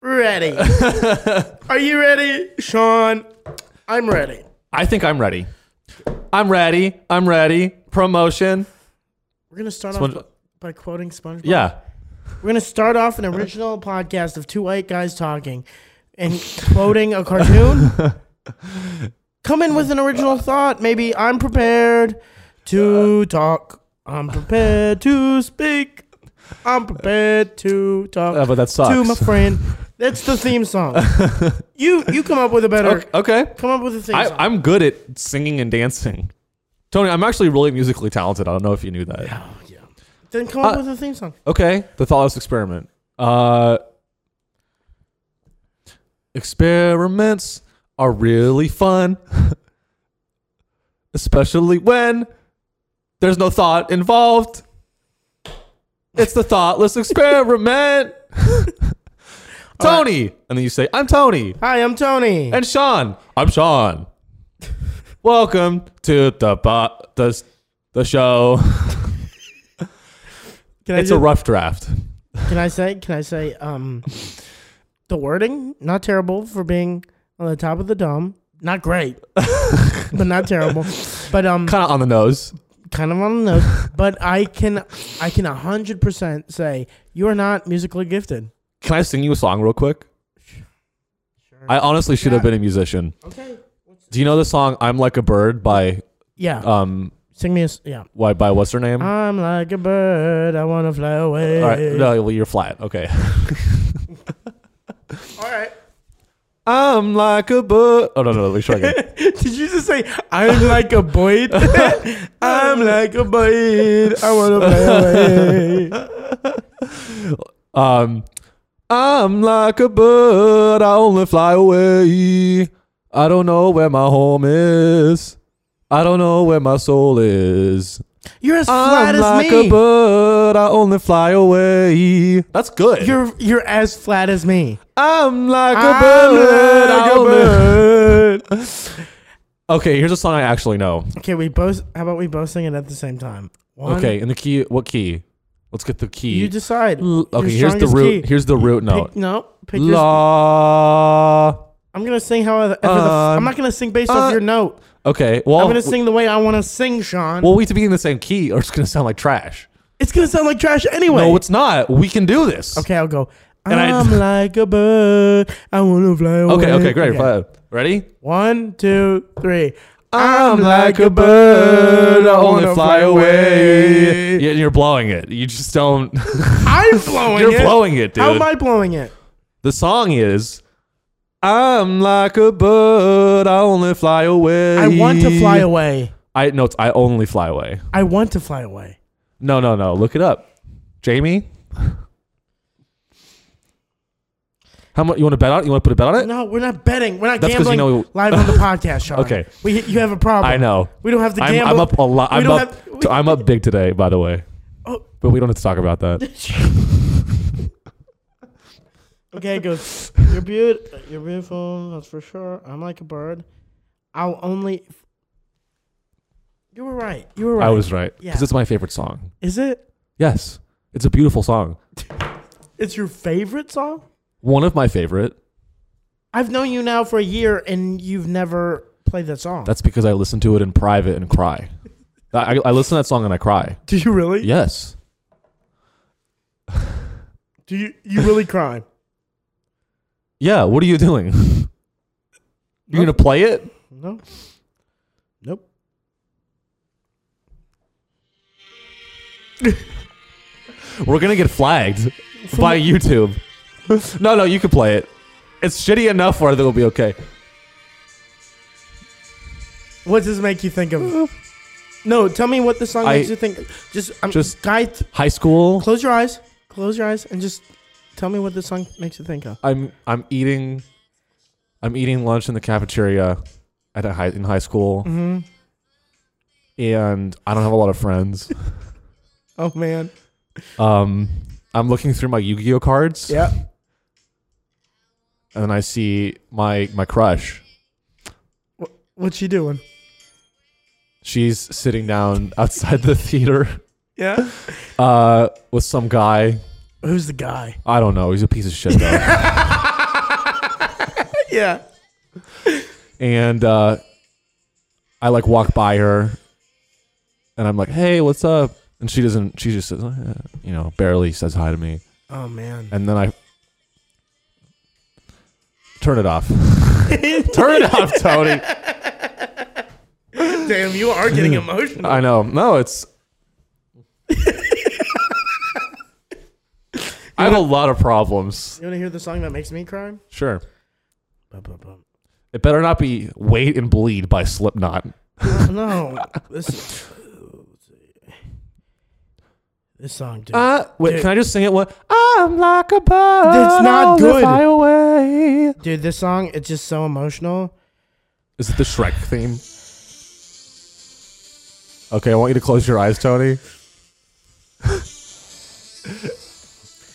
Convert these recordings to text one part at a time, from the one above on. ready? Are you ready, Sean? I'm ready. I think I'm ready. I'm ready. I'm ready. Promotion. We're gonna start Sponge- off by, by quoting SpongeBob. Yeah. We're gonna start off an original podcast of two white guys talking and quoting a cartoon. Come in with an original thought. Maybe I'm prepared to talk. I'm prepared to speak. I'm prepared to talk Uh, but that sucks. to my friend. That's the theme song. you you come up with a better. Okay. okay. Come up with a theme I, song. I'm good at singing and dancing. Tony, I'm actually really musically talented. I don't know if you knew that. then come up uh, with a theme song. Okay, the thoughtless experiment. Uh, experiments are really fun, especially when there's no thought involved. It's the thoughtless experiment. Tony, and then you say, "I'm Tony," Hi, I'm Tony. and Sean, "I'm Sean." Welcome to the bo- the the show. Can I It's a just- rough draft. Can I say? Can I say? Um, the wording not terrible for being on the top of the dome. Not great, but not terrible. But um, kind of on the nose. kind of on the nose. But I can, I can hundred percent say you are not musically gifted. Can I sing you a song real quick? I honestly should have been a musician. Okay. Do you know the song "I'm Like a Bird" by Yeah. um Sing me a s- yeah. why by what's her name? I'm like a bird. I wanna fly away. um, All right, no, well, you're flat. Okay. All right. I'm like a bird. Oh no, no, let me try again. Did you just say I'm like a bird? I'm like a bird. I wanna fly away. Um, I'm like a bird. I only fly away. I don't know where my home is. I don't know where my soul is. You're as flat I'm as like me. a bird. I only fly away. That's good. You're you're as flat as me. Oh, I'm like a I'm bird. like a I'm a bird. okay, here's a song I actually know. Okay, we both. How about we both sing it at the same time? One, Okay, in the key, what key? Let's get the key. You decide. L- Your okay, here's the strongest root. key. Here's the root note. Pick, no. Pick your, La. I'm gonna sing how. I- I'm Um, not gonna sing based uh, off your note. Okay, well, I'm gonna sing the way I want to sing, Sean. well, we have to be in the same key, or it's gonna sound like trash. it's gonna sound like trash anyway. No, it's not. We can do this. okay. I'll go. And I- I'm like a bird. I wanna fly away. Okay. Okay. Great. fine. Ready? One, two, three. I'm like a bird. I only fly away. Yeah, you're blowing it. You just don't. I'm blowing you're it. blowing it, dude. How am I blowing it? The song is I'm like a bird, I only fly away. I want to fly away. I no, it's I only fly away. I want to fly away. No, no, no. Look it up. Jamie? How much you want to bet on it? You want to put a bet on it? No, we're not betting. We're not That's 'cause gambling you know- live on the podcast, Sean. Okay. We, you have a problem. I know. We don't have to I'm, gamble. I'm up a lot. We I'm don't up have- t- I'm up big today, by the way. Oh. But we don't have to talk about that. okay, it goes. You're beautiful. You're beautiful. That's for sure. I'm like a bird. I'll only. You were right. You were right. I was right. Yeah. Because it's my favorite song. Is it? Yes. It's a beautiful song. It's your favorite song? One of my favorite. I've known you now for a year, and you've never played that song. That's because I listen to it in private and cry. I, I- I listen to that song and I cry. Do you really? Yes. Do you? You really cry? Yeah. What are you doing? You're gonna play it? No. Nope. We're gonna get flagged by YouTube. no, no, you can play it. It's shitty enough where I think it'll be okay. What does this make you think of? No, tell me what the song I- makes you think. Just, I'm, Just- just guide. High school. Close your eyes. Close your eyes and just tell me what the song makes you think of. I'm I'm eating, I'm eating lunch in the cafeteria at a high in high school, and I don't have a lot of friends. Oh man. um, I'm looking through my Yu-Gi-Oh cards. Yeah. and I see my my crush. What's she doing? She's sitting down outside the theater Yeah. uh, with some guy. Who's the guy? I don't know. He's a piece of shit though. yeah. and uh, I like walk by her, and I'm like, "Hey, what's up?" And she doesn't. She just says, "Eh," you know, barely says hi to me, Oh man. and then I turn it off. turn it off, Tony. Damn, you are getting emotional. I know. No, it's. I have a lot of problems. You want to hear the song that makes me cry? Sure. Bum, bum, bum. It better not be "Wait and Bleed" by Slipknot. Uh, no, this. This song, dude. Uh, wait, Dude. can I just sing it? What? I'm like a bird. That's not on the good. Highway. dude, this song, it's just so emotional. Is it the Shrek theme? Okay, I want you to close your eyes, Tony.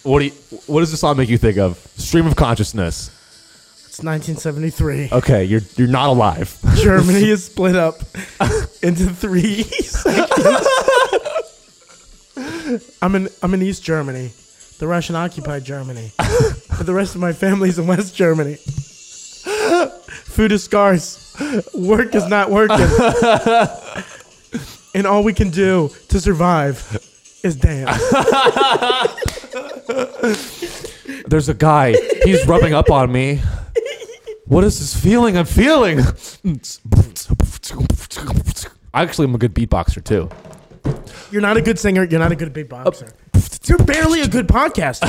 what do you, What does this song make you think of? Stream of consciousness. It's 1973. Okay, you're you're not alive. Germany is split up into three. sections. I'm in I'm in East Germany, the Russian occupied Germany. But the rest of my family's in West Germany. Food is scarce. Work is not working. and all we can do to survive is dance. There's a guy. He's rubbing up on me. What is this feeling I'm feeling? I actually am a good beatboxer too. You're not a good singer. You're not a good big boxer. You're barely a good podcaster.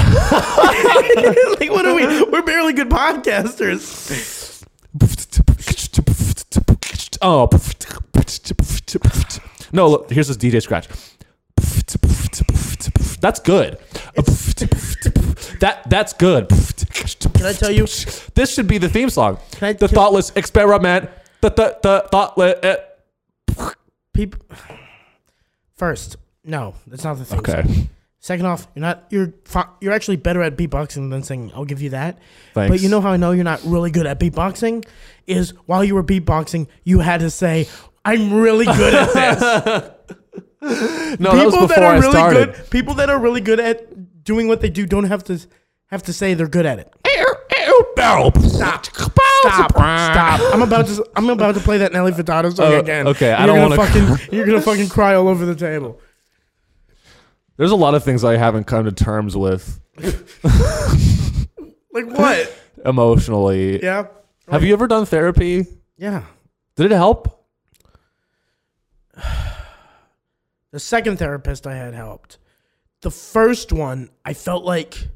like what are we? We're barely good podcasters. Oh. No, look, here's this DJ scratch. That's good. That that's good. Can I tell you- This should be the theme song. I- the can- thoughtless experiment. The the the thoughtless. eh. people first no that's not the thing Okay. second off you're not you're fi- you're actually better at beatboxing than singing i'll give you that but Thanks. you know how i know you're not really good at beatboxing is while you were beatboxing you had to say i'm really good at this No, that was people that before are I really started. good people that are really good at doing what they do don't have to have to say they're good at it Stop. Stop! Stop! I'm about to I'm about to play that Nelly Furtado song Oh, again. okay, I You're don't gonna wanna fucking you're gonna fucking cry all over the table. There's a lot of things I haven't come to terms with Like what? emotionally. yeah. Have you ever done therapy? Yeah. Did it help? The second therapist I had helped. The first one, I felt like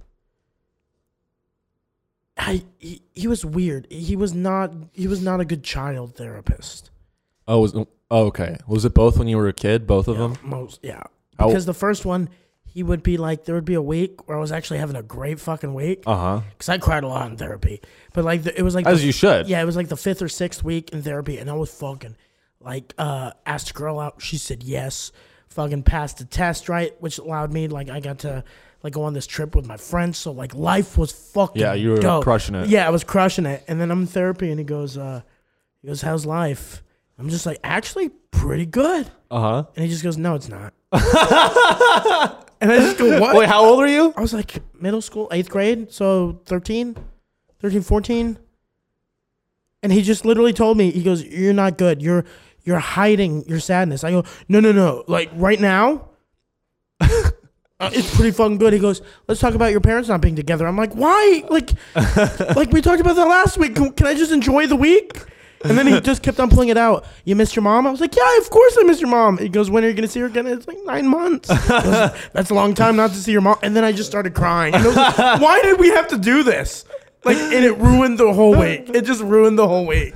I he, he was weird. He was not he was not a good child therapist. Oh, was, oh, okay. Was it both when you were a kid? Both of them? Most yeah. How- Because the first one, he would be like there would be a week where I was actually having a great fucking week Uh huh. cuz I cried a lot in therapy. But like the, it was like the As you should. Yeah, it was like the fifth or sixth week in therapy, and I was fucking like uh asked a girl out. She said yes. Fucking passed the test, right? Which allowed me like I got to like go on this trip with my friends. So like life was fucking Yeah, you were dope. crushing it. Yeah, I was crushing it. And then I'm in therapy, and he goes, uh he goes, how's life? I'm just like actually pretty good. Uh huh. And he just goes, no, it's not. and I just go, what? Wait, how old are you? I was like middle school, eighth grade, so 13, 13, 14. And he just literally told me, he goes, You're not good. You're you're hiding your sadness. I go, No, no, no. Like right now, uh, it's pretty fucking good. He goes, Let's talk about your parents not being together. I'm like, Why? Like, like we talked about that last week. Can, can I just enjoy the week? And then he just kept on pulling it out. You missed your mom? I was like, yeah, of course I missed your mom. He goes, when are you going to see her again? It's like nine months. He goes, That's a long time not to see your mom. And then I just started crying. And I was like, Why did we have to do this? Like, and it ruined the whole week. It just ruined the whole week.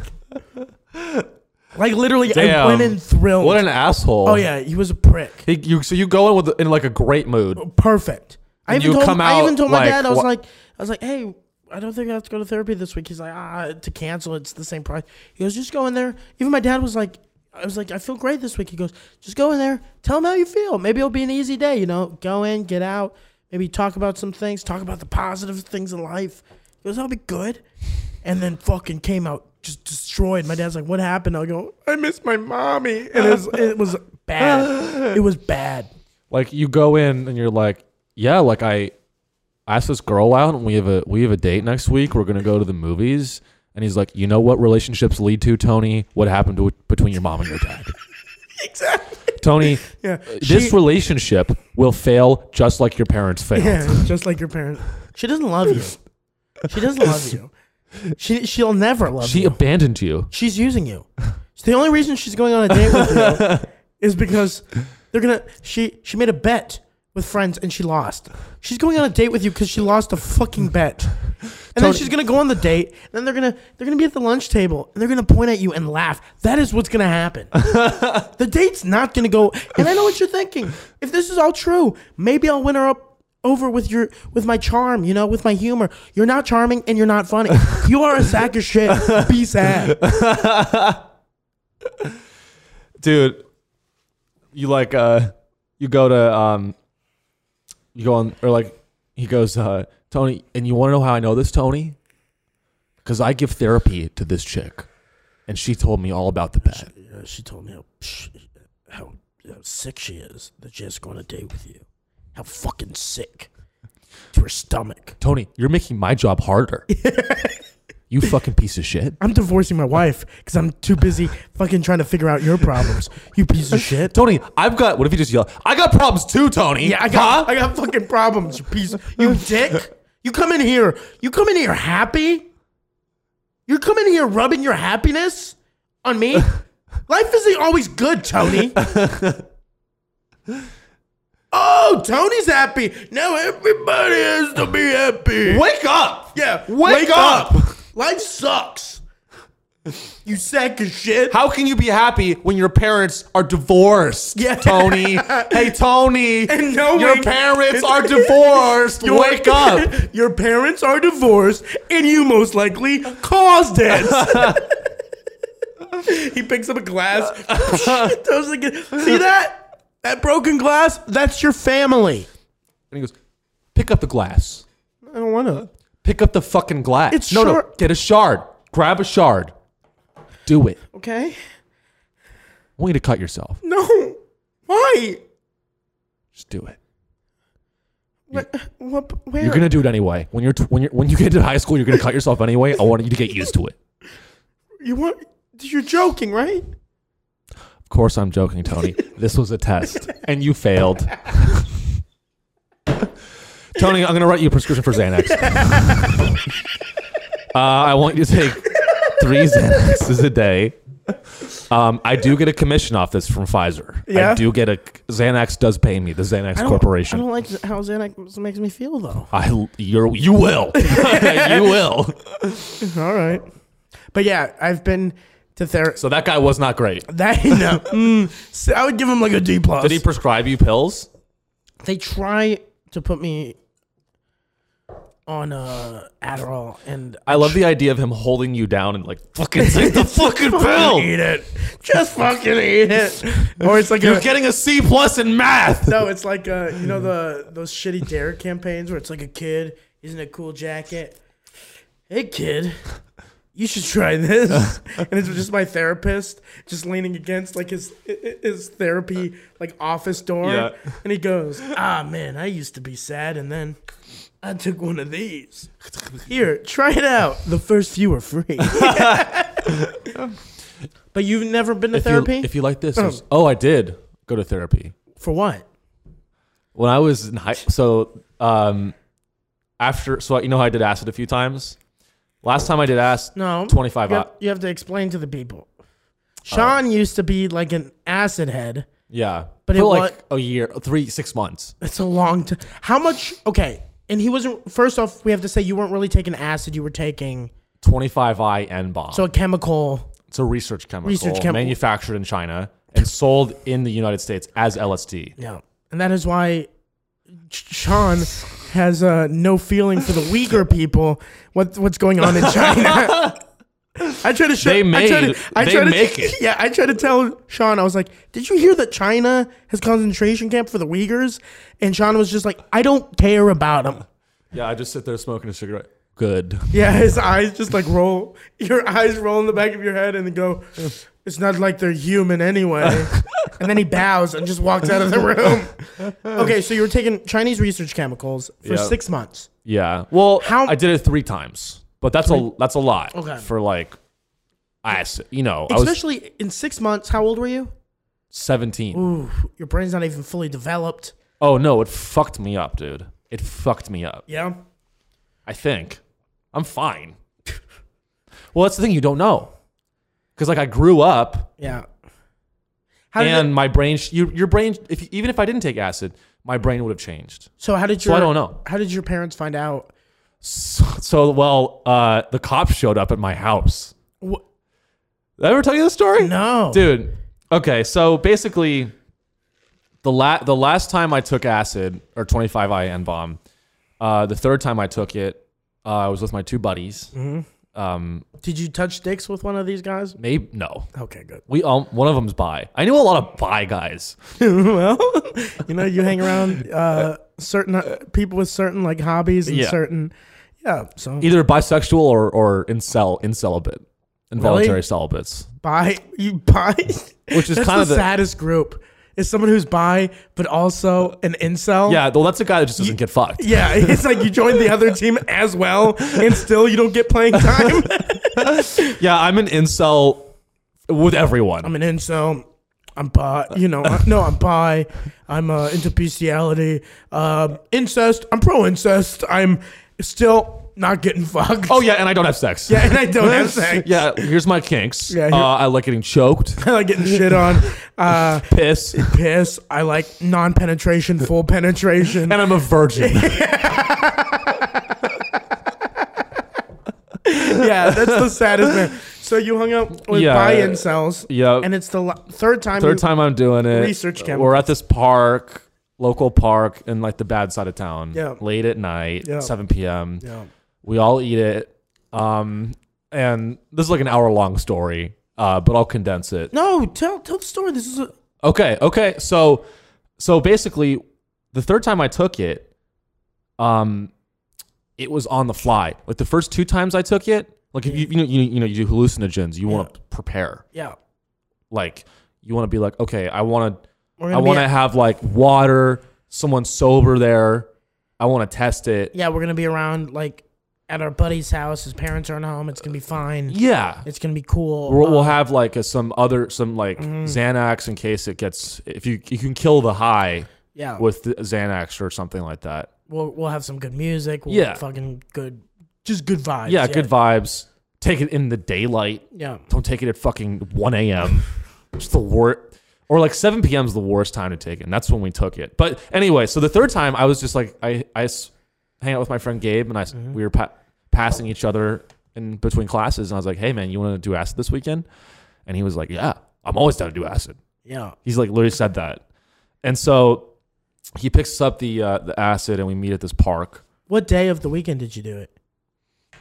Like literally, I Damn. went in thrilled. What an asshole. oh yeah, he was a prick. He, you, so you go in with in like a great mood. Oh. Perfect. I And even you told come I even out told my like, dad I was wha- like I was like, hey, I don't think I have to go to therapy this week. He's like, ah, to cancel, it's the same price. He goes, just go in there. Even my dad was like, I was like, I feel great this week. He goes, just go in there, tell him how you feel. Maybe it'll be an easy day, you know. Go in, get out, maybe talk about some things, talk about the positive things in life. He goes, that'll be good. And then fucking came out just destroyed. My dad's like, what happened? I go, I miss my mommy. And it was, it was bad. It was bad. Like you go in and you're like, yeah, like I asked this girl out and we have a we have a date next week. We're gonna go to the movies. And he's like, you know what relationships lead to, Tony? What happened to, between your mom and your dad? exactly. Tony, Yeah. this She- relationship will fail just like your parents failed. Yeah, just like your parents. She doesn't love you. She doesn't love you. She she'll never love She you. abandoned you. she's using you. So the only reason she's going on a date with you is because they're gonna. She she made a bet with friends and she lost. She's going on a date with you because she lost a fucking bet. And then Tony- she's gonna go on the date. And then they're gonna they're gonna be at the lunch table and they're gonna point at you and laugh. That is what's gonna happen. the date's not gonna go. And I know what you're thinking. If this is all true, maybe I'll win her up over with your with my charm. You know, with my humor. You're not charming and you're not funny. You are a sack of shit. Be sad. dude you like uh you go to um you go on or like he goes uh tony and you want to know how i know this tony because i give therapy to this chick and she told me all about the bet Uh, she told me how, sh- how how sick she is that she has to go on a date with you. How fucking sick to her stomach. tony you're making my job harder you fucking piece of shit I'm divorcing my wife because I'm too busy fucking trying to figure out your problems. You piece of shit. tony i've got what if you just yell i got problems too tony Yeah, I got Huh? I got fucking problems. You piece. You dick. You come in here. You come in here happy. You're coming here rubbing your happiness on me. Life isn't always good, Tony. oh, Tony's happy. Now everybody has to be happy. wake up Yeah. Wake up. Life sucks. You sack of shit. how can you be happy when your parents are divorced, Yeah. Tony? Hey, Tony, And knowing- your parents are divorced. Your- Wake up. Your parents are divorced, and you most likely caused it. he picks up a glass, throws it again. See that? That broken glass? That's your family. And he goes, pick up the glass. I don't want to. Pick up the fucking glass. It's no, no. shard. Get a shard. Grab a shard. Do it. I Okay. want you to cut yourself. No. Why? Just do it. What? what where? You're gonna do it anyway. When you're tw- when you're when you get to high school, you're gonna cut yourself anyway. I want you to get used to it. you want? You're joking, right? Of course, I'm joking, Tony. this was a test, and you failed. Tony, I'm going to write you a prescription for Xanax. uh, I want you to take three Xanaxes a day. Um, I do get a commission off this from Pfizer. I Yeah? do get a Xanax does pay me the Xanax I don't- Corporation. I don't like how Xanax makes me feel though. I you're, you will you will. All right. But yeah, I've been to therapy. So that guy was not great. That no. Mm, so I would give him like a D plus. Did he prescribe you pills? they try to put me on uh, Adderall, and I love the idea of him holding you down and like fucking take the fucking Fucking pill. eat it. Just fucking eat it. Or it's like a, You're getting a C plus in math. no, it's like uh, you know the those shitty dare campaigns where it's like a kid he's in a cool jacket. Hey kid, you should try this. And it's just my therapist just leaning against like his his therapy like office door, Yeah. and he goes, "Ah man, I used to be sad, and then." I took one of these. Here, try it out. The first few are free. but you've never been to If you- therapy? If you, like this, there's- oh, I did go to therapy For what? when I was in high. So um, after, so you know how I did acid a few times. Last time I did acid, No. 25 You out. have, you have to explain to the people. Sean used to be like an acid head. Yeah, But for it like a year, three, six months. That's a long time. How much? Okay. And he wasn't. First off, we have to say you weren't really taking acid. You were taking 25 I N bomb. so a chemical. it's a research chemical, Research chemical. manufactured in China and sold in the United States as LSD. Yeah. And that is why Ch- Sean has uh, no feeling for the Uyghur people. What what's going on in China? I try to show. They I try made- to, I they try to, make it. Yeah, I try to tell Sean. I was like, "Did you hear that China has concentration camp for the Uyghurs?" And Sean was just like, "I don't care about them." Yeah, I just sit there smoking a cigarette. Good. Yeah, his eyes just like roll. Your eyes roll in the back of your head and go, it's not like they're human anyway. and then he bows and just walks out of the room. Okay, so you were taking Chinese research chemicals for Yeah. six months. Yeah. Well, How- I did it three times. But that's a that's a lot Okay. for like I s- you know, I was Especially in six months. How old were you? 17. Ooh, your brain's not even fully developed. Oh no, it fucked me up, dude. It fucked me up. Yeah. I think I'm fine. well, that's the thing you don't know. Cuz like I grew up Yeah. How did and it, my brain sh- your, your brain if even if I didn't take acid, my brain would have changed. so how did So your I don't know. how did your parents find out? So, so well, uh the cops showed up at my house. Wh- Did I ever tell you this story? No, dude. Okay, so basically, the la- the last time I took acid or 25 IN bomb, uh, the third time I took it, uh, I was with my two buddies. Mm-hmm. Um, Did you touch dicks with one of these guys? maybe no, Okay, good. we um, one of them's bi. I knew a lot of bi guys. well, you know, you hang around uh, certain uh, people with certain like hobbies and Yeah. certain, yeah. So either bisexual or or incel incelibate, involuntary celibates. bi, you bi, Which is That's kind the of the- saddest group. Is someone who's bi but also an incel. Yeah, well, that's a guy that just doesn't get fucked. Yeah, it's like you joined the other team as well, and still you don't get playing time. Yeah, I'm an incel with everyone. I'm an incel. I'm bi. You know, I- no, I'm bi. I'm uh, into bestiality. Um, incest. I'm pro incest. I'm still not getting fucked. oh yeah, and I don't have sex. yeah, and I don't have sex. Yeah, here's my kinks. Yeah, here- uh, I like getting choked, I like getting shit on. Uh, piss, piss. I like non-penetration, full penetration. and I'm a virgin. yeah, that's the saddest man. So you hung out with Yeah. bi incels. Yeah. And it's the la- third time. you- Third time I'm doing it. Research We're chemicals. at this park, local park in like the bad side of town. Yeah. Late at night, Yeah. 7 p.m. Yeah. We all eat it. Um, and this is like an hour long story, uh, but I'll condense it. No, tell tell the story. This is a, Okay, okay. So so basically the third time I took it, um it was on the fly. Like the first two times I took it, like if you you know you, you know you do hallucinogens, you want to prepare. yeah. Like you want to be like, okay, I want to We're I gonna be want to at- have like water, someone sober there. I want to test it. yeah, we're gonna be around like at our buddy's house. His parents aren't home. It's gonna be fine. Yeah. It's gonna be cool. We'll, we'll Uh, have like a, some other some like Mm-hmm. Xanax in case it gets if you you can kill the high yeah, with the Xanax or something like that. we'll we'll have some good music. We'll Yeah. fucking good, just good vibes. Yeah, good vibes. Take it in the daylight. Yeah, Don't take it at fucking 1 a.m. It's the worst. Or like 7 p.m. is the worst time to take it. And that's when we took it. But anyway, so the third time I was just like, I, I s- hang out with my friend Gabe and I, s- we were pa- passing each other in between classes. And I was like, hey, man, you want to do acid this weekend? And he was like, yeah, I'm always down to do acid. yeah, He's like literally said that. And so he picks up the, uh, the acid and we meet at this park. What day of the weekend did you do it?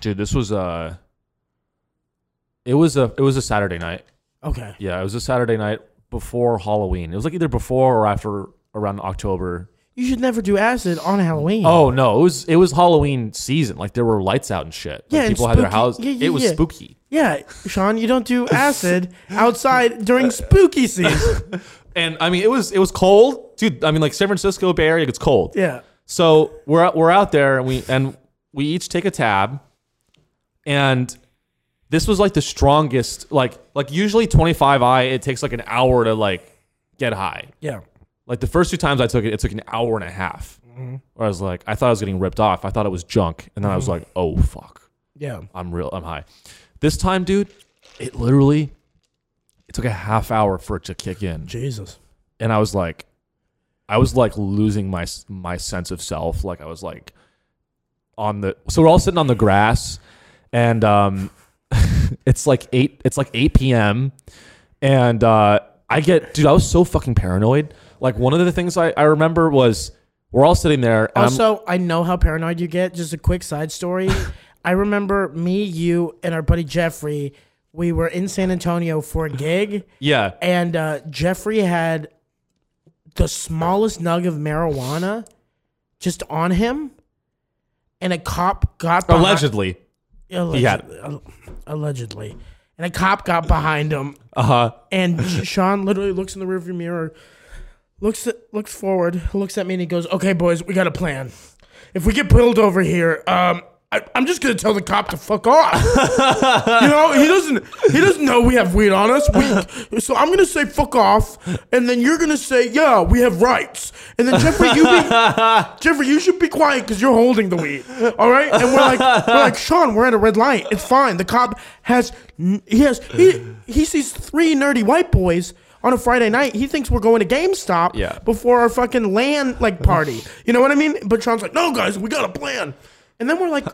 dude this was uh it was a it was a saturday night Okay, yeah it was a saturday night before halloween it was like either before or after around october you should never do acid on Halloween. oh no it was it was halloween season like there were lights out and shit Like, Yeah, and people had their spooky. house Yeah, yeah, it was yeah. spooky yeah, Sean, you don't do acid outside during spooky season. and i mean it was it was cold dude i mean like san francisco bay area it's cold Yeah, So we're we're out there and we and we each take a tab, and this was like the strongest. Like like usually twenty five I it takes like an hour to like get high. yeah, Like the first two times I took it, it took an hour and a half. Where I was like, I thought I was getting ripped off. I thought it was junk, and then I was like, oh fuck, yeah. I'm real, I'm high. This time, dude, it literally it took a half hour for it to kick in Jesus. and I was like, I was like losing my my sense of self. Like I was like on the so we're all sitting on the grass, and um, it's like eight it's like eight p.m. and uh, I get dude, I was so fucking paranoid. Like one of the things I I remember was we're all sitting there. And I'm, Also, i know how paranoid you get. Just a quick side story. I remember me, you, and our buddy Jeffrey. We were in San Antonio for a gig, yeah, and uh, Jeffrey had the smallest nug of marijuana just on him, and a cop got behind, allegedly. allegedly, had allegedly, and a cop got behind him, Uh huh. and Sean literally looks in the rearview mirror, looks at, looks forward, looks at me, and he goes, "Okay, boys, we got a plan. If we get pulled over here, um, I, I'm just gonna tell the cop to fuck off. you know, he doesn't. He doesn't know we have weed on us. We, so I'm gonna say fuck off, and then you're gonna say, yeah, we have rights. And then Jeffrey, you be, Jeffrey, you should be quiet because you're holding the weed. All right, and we're like, we're like, Sean, we're at a red light. It's fine. The cop has, n- he has, he he sees three nerdy white boys. On a Friday night, he thinks we're going to GameStop Yeah. before our fucking land like party. You know what I mean? But Sean's like, "No, guys, we got a plan." And then we're like,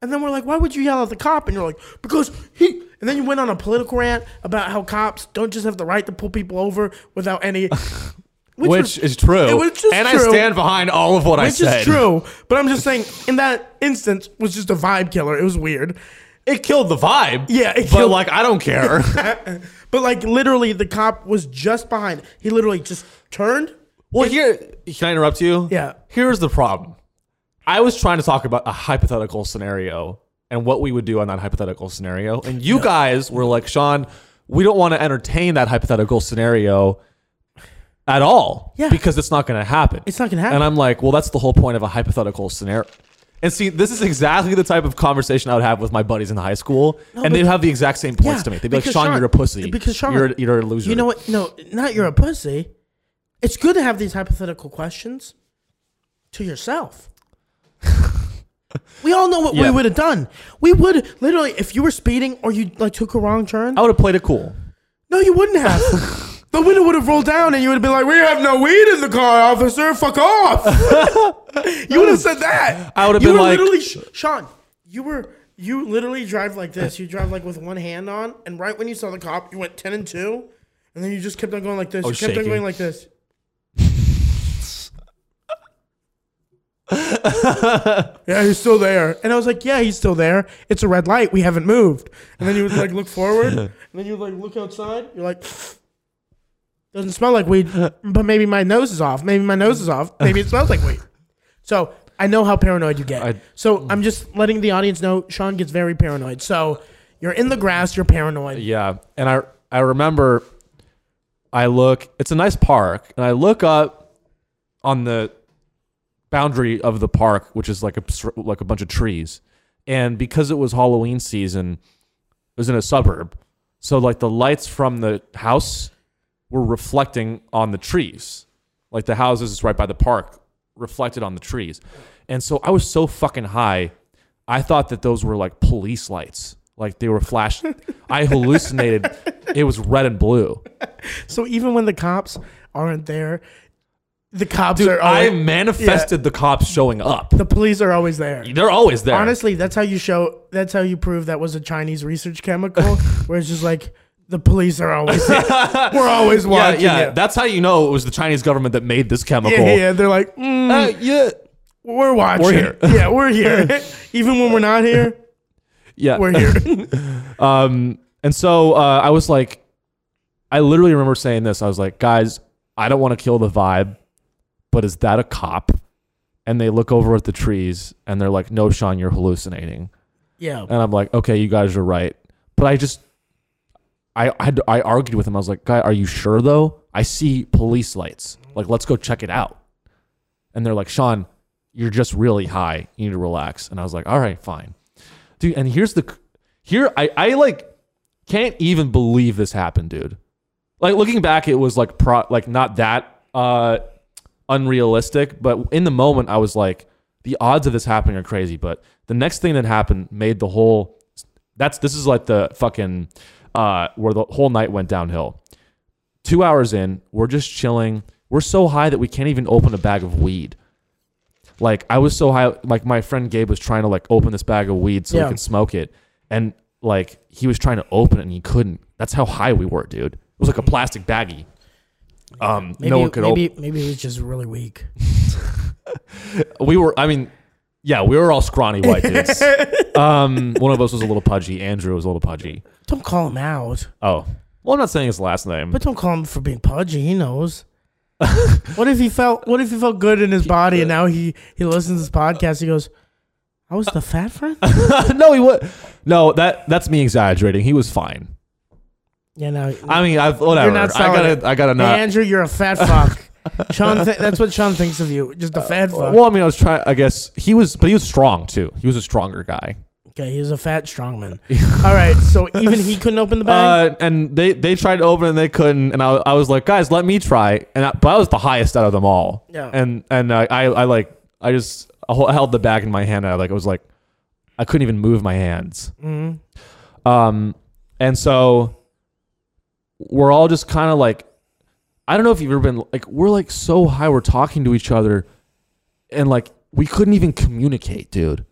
and then we're like, why would you yell at the cop? And you're like, because he. And then you went on a political rant about how cops don't just have the right to pull people over without any. Which, which was- is true. It was just and I true. stand behind all of what I which said. is true. But I'm just saying, in that instance, was just a vibe killer. It was weird. It killed the vibe. Yeah, it but killed- like I don't care. But like literally, the cop was just behind. He literally just turned. well, here can I interrupt you? Yeah. Here's the problem. I was trying to talk about a hypothetical scenario and what we would do on that hypothetical scenario, and you guys were like, "Sean, we don't want to entertain that hypothetical scenario." At all, Yeah. because it's not going to happen. It's not gonna happen. And I'm like, well, that's the whole point of a hypothetical scenario. And see, this is exactly the type of conversation I would have with my buddies in high school, and but- they'd have the exact same points to me. They'd be like, because Sean, you're a pussy. Because Sean, you're a, you're a loser." You know what? No, not you're a pussy. It's good to have these hypothetical questions to yourself. we all know what we Yeah. would have done. We would literally, if you were speeding or you like took a wrong turn. I would have played it cool. No, you wouldn't have. the window would have rolled down, and you would have been like, "We have no weed in the car, officer. Fuck off." you would have said that. I would have You been were like- literally, Sh- Sean, you were you literally drive like this. You drive like with one hand on, and right when you saw the cop, you went ten and two, and then you just kept on going like this. I you was kept on shaking. going like this. yeah, he's still there. And I was like, yeah, he's still there. It's a red light. We haven't moved. And then you would like look forward, and then you would like look outside. You're like, doesn't smell like weed, but maybe my nose is off. Maybe my nose is off. Maybe it smells like weed. So I know how paranoid you get. I- so I'm just letting the audience know Sean gets very paranoid. So you're in the grass, you're paranoid. Yeah, and I I remember I look. It's a nice park, and I look up on the boundary of the park, which is like a str- like a bunch of trees. And because it was Halloween season, it was in a suburb, so like the lights from the house were reflecting on the trees. Like the houses right by the park reflected on the trees. And so I was so fucking high, I thought that those were like police lights. Like they were flashed. I hallucinated. It was red and blue. So even when the cops aren't there, the cops are I always, manifested the cops showing up. the police are always there. They're always there. Honestly, that's how you show that's how you prove that was a Chinese research chemical where it's just like the police are always there. We're always yeah, watching. yeah. you. That's how you know it was the Chinese government that made this chemical. yeah, yeah. They're like, mm, Uh, yeah. we're watching. here. yeah, we're here. Even when we're not here, Yeah. we're here. Um, and so uh, I was like, I literally remember saying this. I was like, guys, I don't want to kill the vibe, but is that a cop? And they look over at the trees and they're like, no, Sean, you're hallucinating. yeah. And I'm like, okay, you guys are right. But I just, I, I, I argued with him. I was like, guy, are you sure though? I see police lights. Like, let's go check it out. And they're like, Sean, you're just really high. You need to relax. And I was like, all right, fine. Dude, and here's the, here, I, I like can't even believe this happened, dude. Like looking back, it was like pro, like not that uh, unrealistic, but in the moment, I was like, the odds of this happening are crazy. But the next thing that happened made the whole. That's this is like the fucking uh, where the whole night went downhill. Two hours in, we're just chilling. We're so high that we can't even open a bag of weed. Like I was so high, like my friend Gabe was trying to like open this bag of weed so Yeah. we could smoke it, and like he was trying to open it and he couldn't. That's how high we were, dude. It was like a plastic baggie. Um, Maybe, no one could open. maybe, maybe it was just really weak. We were, I mean, yeah, we were all scrawny white dudes. um, one of us was a little pudgy. Andrew was a little pudgy. Don't call him out. Oh, well, I'm not saying his last name. But don't call him for being pudgy. He knows. what if he felt? What if he felt good in his body, and now he he listens to this podcast? He goes, "I was the fat friend." no, he was. No, that that's me exaggerating. He was fine. Yeah, no. I mean, I've whatever. not I solid. gotta, I gotta not. Andrew, you're a fat fuck. Sean, th- that's what Sean thinks of you. Just a fat fuck. Uh, Well, I mean, I was trying. I guess he was, but he was strong too. He was a stronger guy. Okay, he's a fat strongman. All right, so even he couldn't open the bag. Uh, and they they tried to open it and they couldn't. And I, I was like, guys, let me try. And I, but I was the highest out of them all. Yeah. And and I I, I like I just I hol- held the bag in my hand. And I like I was like I couldn't even move my hands. Mhm. Um, and so we're all just kind of like, I don't know if you've ever been like, we're like so high, we're talking to each other, and like we couldn't even communicate, dude.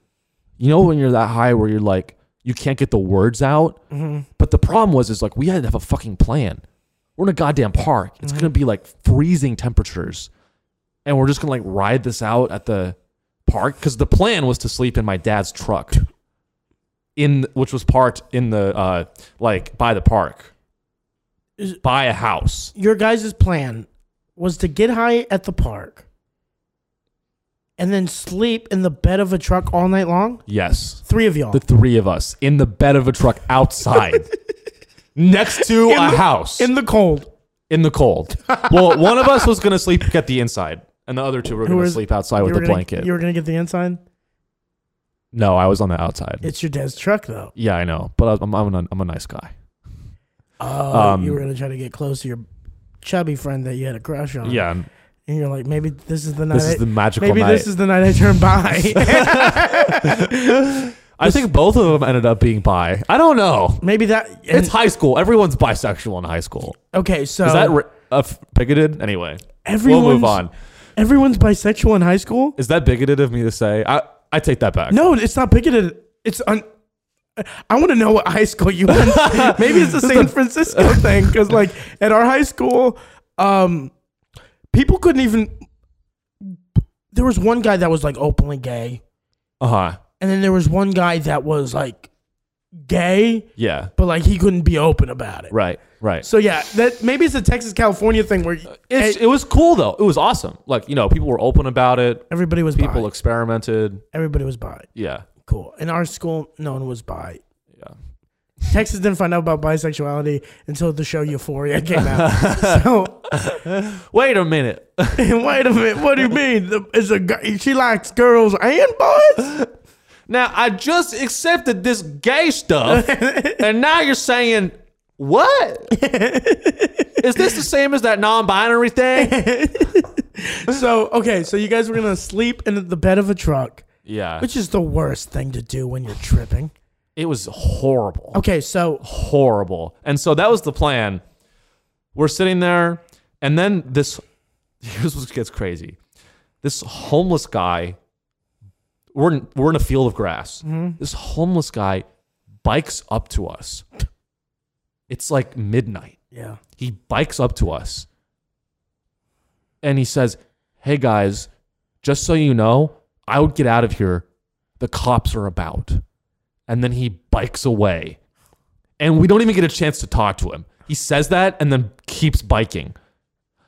You know when you're that high where you're like you can't get the words out. Mm-hmm. But the problem was is like we had to have a fucking plan. We're in a goddamn park. It's gonna be like freezing temperatures, and we're just gonna like ride this out at the park because the plan was to sleep in my dad's truck in which was parked in the uh like by the park Is- by a house Your guys' plan was to get high at the park and then sleep in the bed of a truck all night long. yes Three of y'all the three of us in the bed of a truck outside next to a the- house in, in the cold. the cold well one of us was gonna sleep at the inside and the other two were gonna was- sleep outside with You were the gonna- blanket You were gonna get the inside. no i was on the outside It's your dad's truck though. yeah i know but I was- i'm, I'm, a, I'm a nice guy Oh, Um, you were gonna try to get close to your chubby friend that you had a crush on. yeah and and you're like, maybe this is the night. this I, is the magical maybe night this is the night I turn by. i think both of them ended up being bi i don't know maybe that. it's high school everyone's bisexual in high school okay, so Is that ri- uh, f- bigoted? Anyway, Oh. everyone's we'll move on. Everyone's bisexual in high school. Is that bigoted of me to say? I I take that back. No, it's not picketed. It's un. I want to know what high school you went. to. Maybe it's the San Francisco thing because, like, at our high school, um, people couldn't even. There was one guy that was like openly gay, Uh huh. and then there was one guy that was like gay, Yeah. but like he couldn't be open about it. Right. Right. So yeah, that maybe it's a Texas California thing where It's, it was cool though. It was awesome. Like you know, people were open about it. everybody was People bi. experimented. everybody was bi. Yeah. Cool. In our school, no one was bi. Yeah. Texas didn't find out about bisexuality until the show Euphoria came out. so Wait a minute. wait a minute, what do you mean? The- It's a gu- she likes girls and boys. Now I just accepted this gay stuff, and now you're saying what? Is this the same as that non-binary thing? So okay, so you guys were gonna sleep in the bed of a truck, Yeah. which is the worst thing to do when you're tripping. It was horrible. Okay, so horrible. And so that was the plan. We're sitting there, and then this here's what gets crazy. This homeless guy, we're in, we're in a field of grass. This homeless guy bikes up to us. It's like midnight. yeah, He bikes up to us and he says, Hey guys, just so you know, I would get out of here. The cops are about. And then he bikes away. And we don't even get a chance to talk to him. He says that and then keeps biking.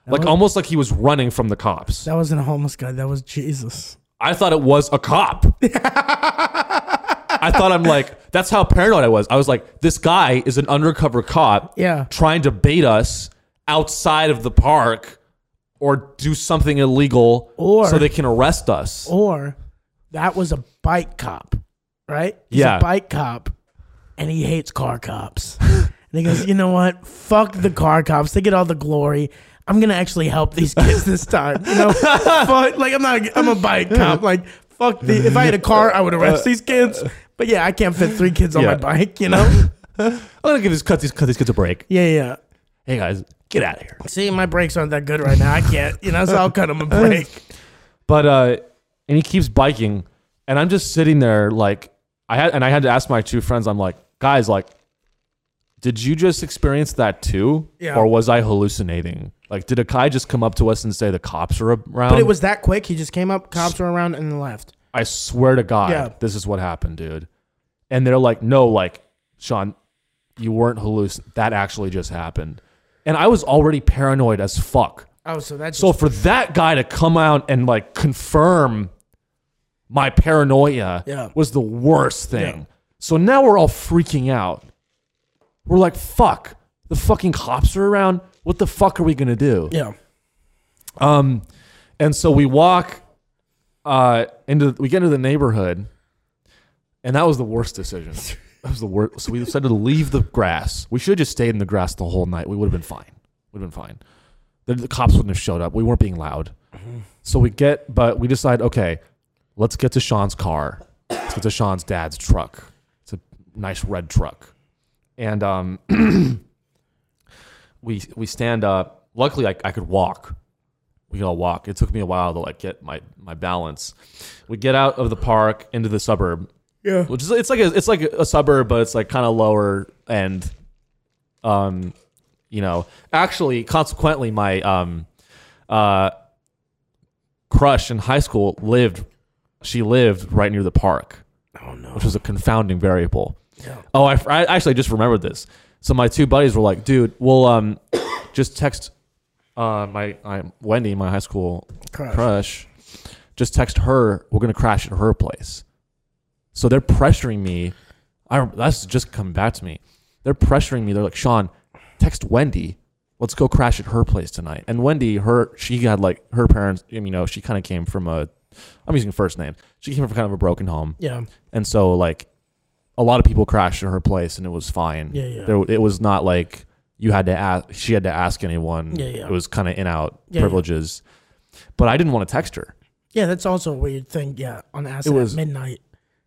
Like was- almost like he was running from the cops. that wasn't a homeless guy. That was Jesus. I thought it was a cop. I thought I'm like, that's how paranoid I was. I was like, this guy is an undercover cop Yeah. trying to bait us outside of the park or do something illegal Or- so they can arrest us. Or that was a bike cop, right? He's Yeah. a bike cop and he hates car cops. and he goes, you know what? Fuck the car cops. They get all the glory. I'm gonna actually help these kids this time. You know? fuck like I'm not a, I'm a bike cop. Like, fuck the if I had a car, I would arrest these kids. But yeah, I can't fit three kids on Yeah. my bike, you know? I'm gonna give these cut these cut these kids a break. Yeah, yeah. Hey guys, get out of here. See, my brakes aren't that good right now. I can't, you know, so I'll cut them Uh, a break. But uh and he keeps biking and I'm just sitting there like I had and I had to ask my two friends, I'm like, guys, like did you just experience that too? Yeah. Or was I hallucinating? Like, did a guy just come up to us and say the cops are around? But it was that quick. He just came up, cops were around, and left. I swear to God, Yeah. this is what happened, dude. And they're like, no, like, Sean, you weren't hallucinating. That actually just happened. And I was already paranoid as fuck. Oh, so that's So for that guy to come out and like confirm my paranoia Yeah. was the worst thing. Yeah. So now we're all freaking out. We're like, fuck, the fucking cops are around. What the fuck are we gonna do? yeah. Um, and so we walk uh, into we get into the neighborhood, and that was the worst decision. That was the worst. So we decided to leave the grass. We should have just stayed in the grass the whole night. We would have been fine. Would have been fine. The, the cops wouldn't have showed up. We weren't being loud. So we get, but we decide, okay, let's get to Sean's car. Let's get to Sean's dad's truck. It's a nice red truck, and um, we we stand up. Luckily, I, I could walk. We could all walk. It took me a while to like get my my balance. We get out of the park into the suburb, Yeah. which is it's like a, it's like a suburb, but it's like kind of lower end. Um, you know, actually, consequently, my um, uh, crush in high school lived. She lived right near the park, Oh no. which was a confounding variable. Yeah. Oh, I, I actually just remembered this. So my two buddies were like, "Dude, we'll um, just text uh my I, Wendy, my high school Crush. crush, just text her. We're gonna crash at her place. So they're pressuring me. I that's just come back to me. They're pressuring me. They're like, Sean, text Wendy. Let's go crash at her place tonight. And Wendy, her she had like her parents. You know, she kind of came from a. I'm using first name. She came from kind of a broken home, Yeah. and so like a lot of people crashed at her place, and it was fine. Yeah, yeah. There, it was not like you had to ask. She had to ask anyone. Yeah, yeah. It was kind of in out Yeah, yeah. privileges. But I didn't want to text her. Yeah, that's also a weird thing. Yeah, on acid It was- at midnight.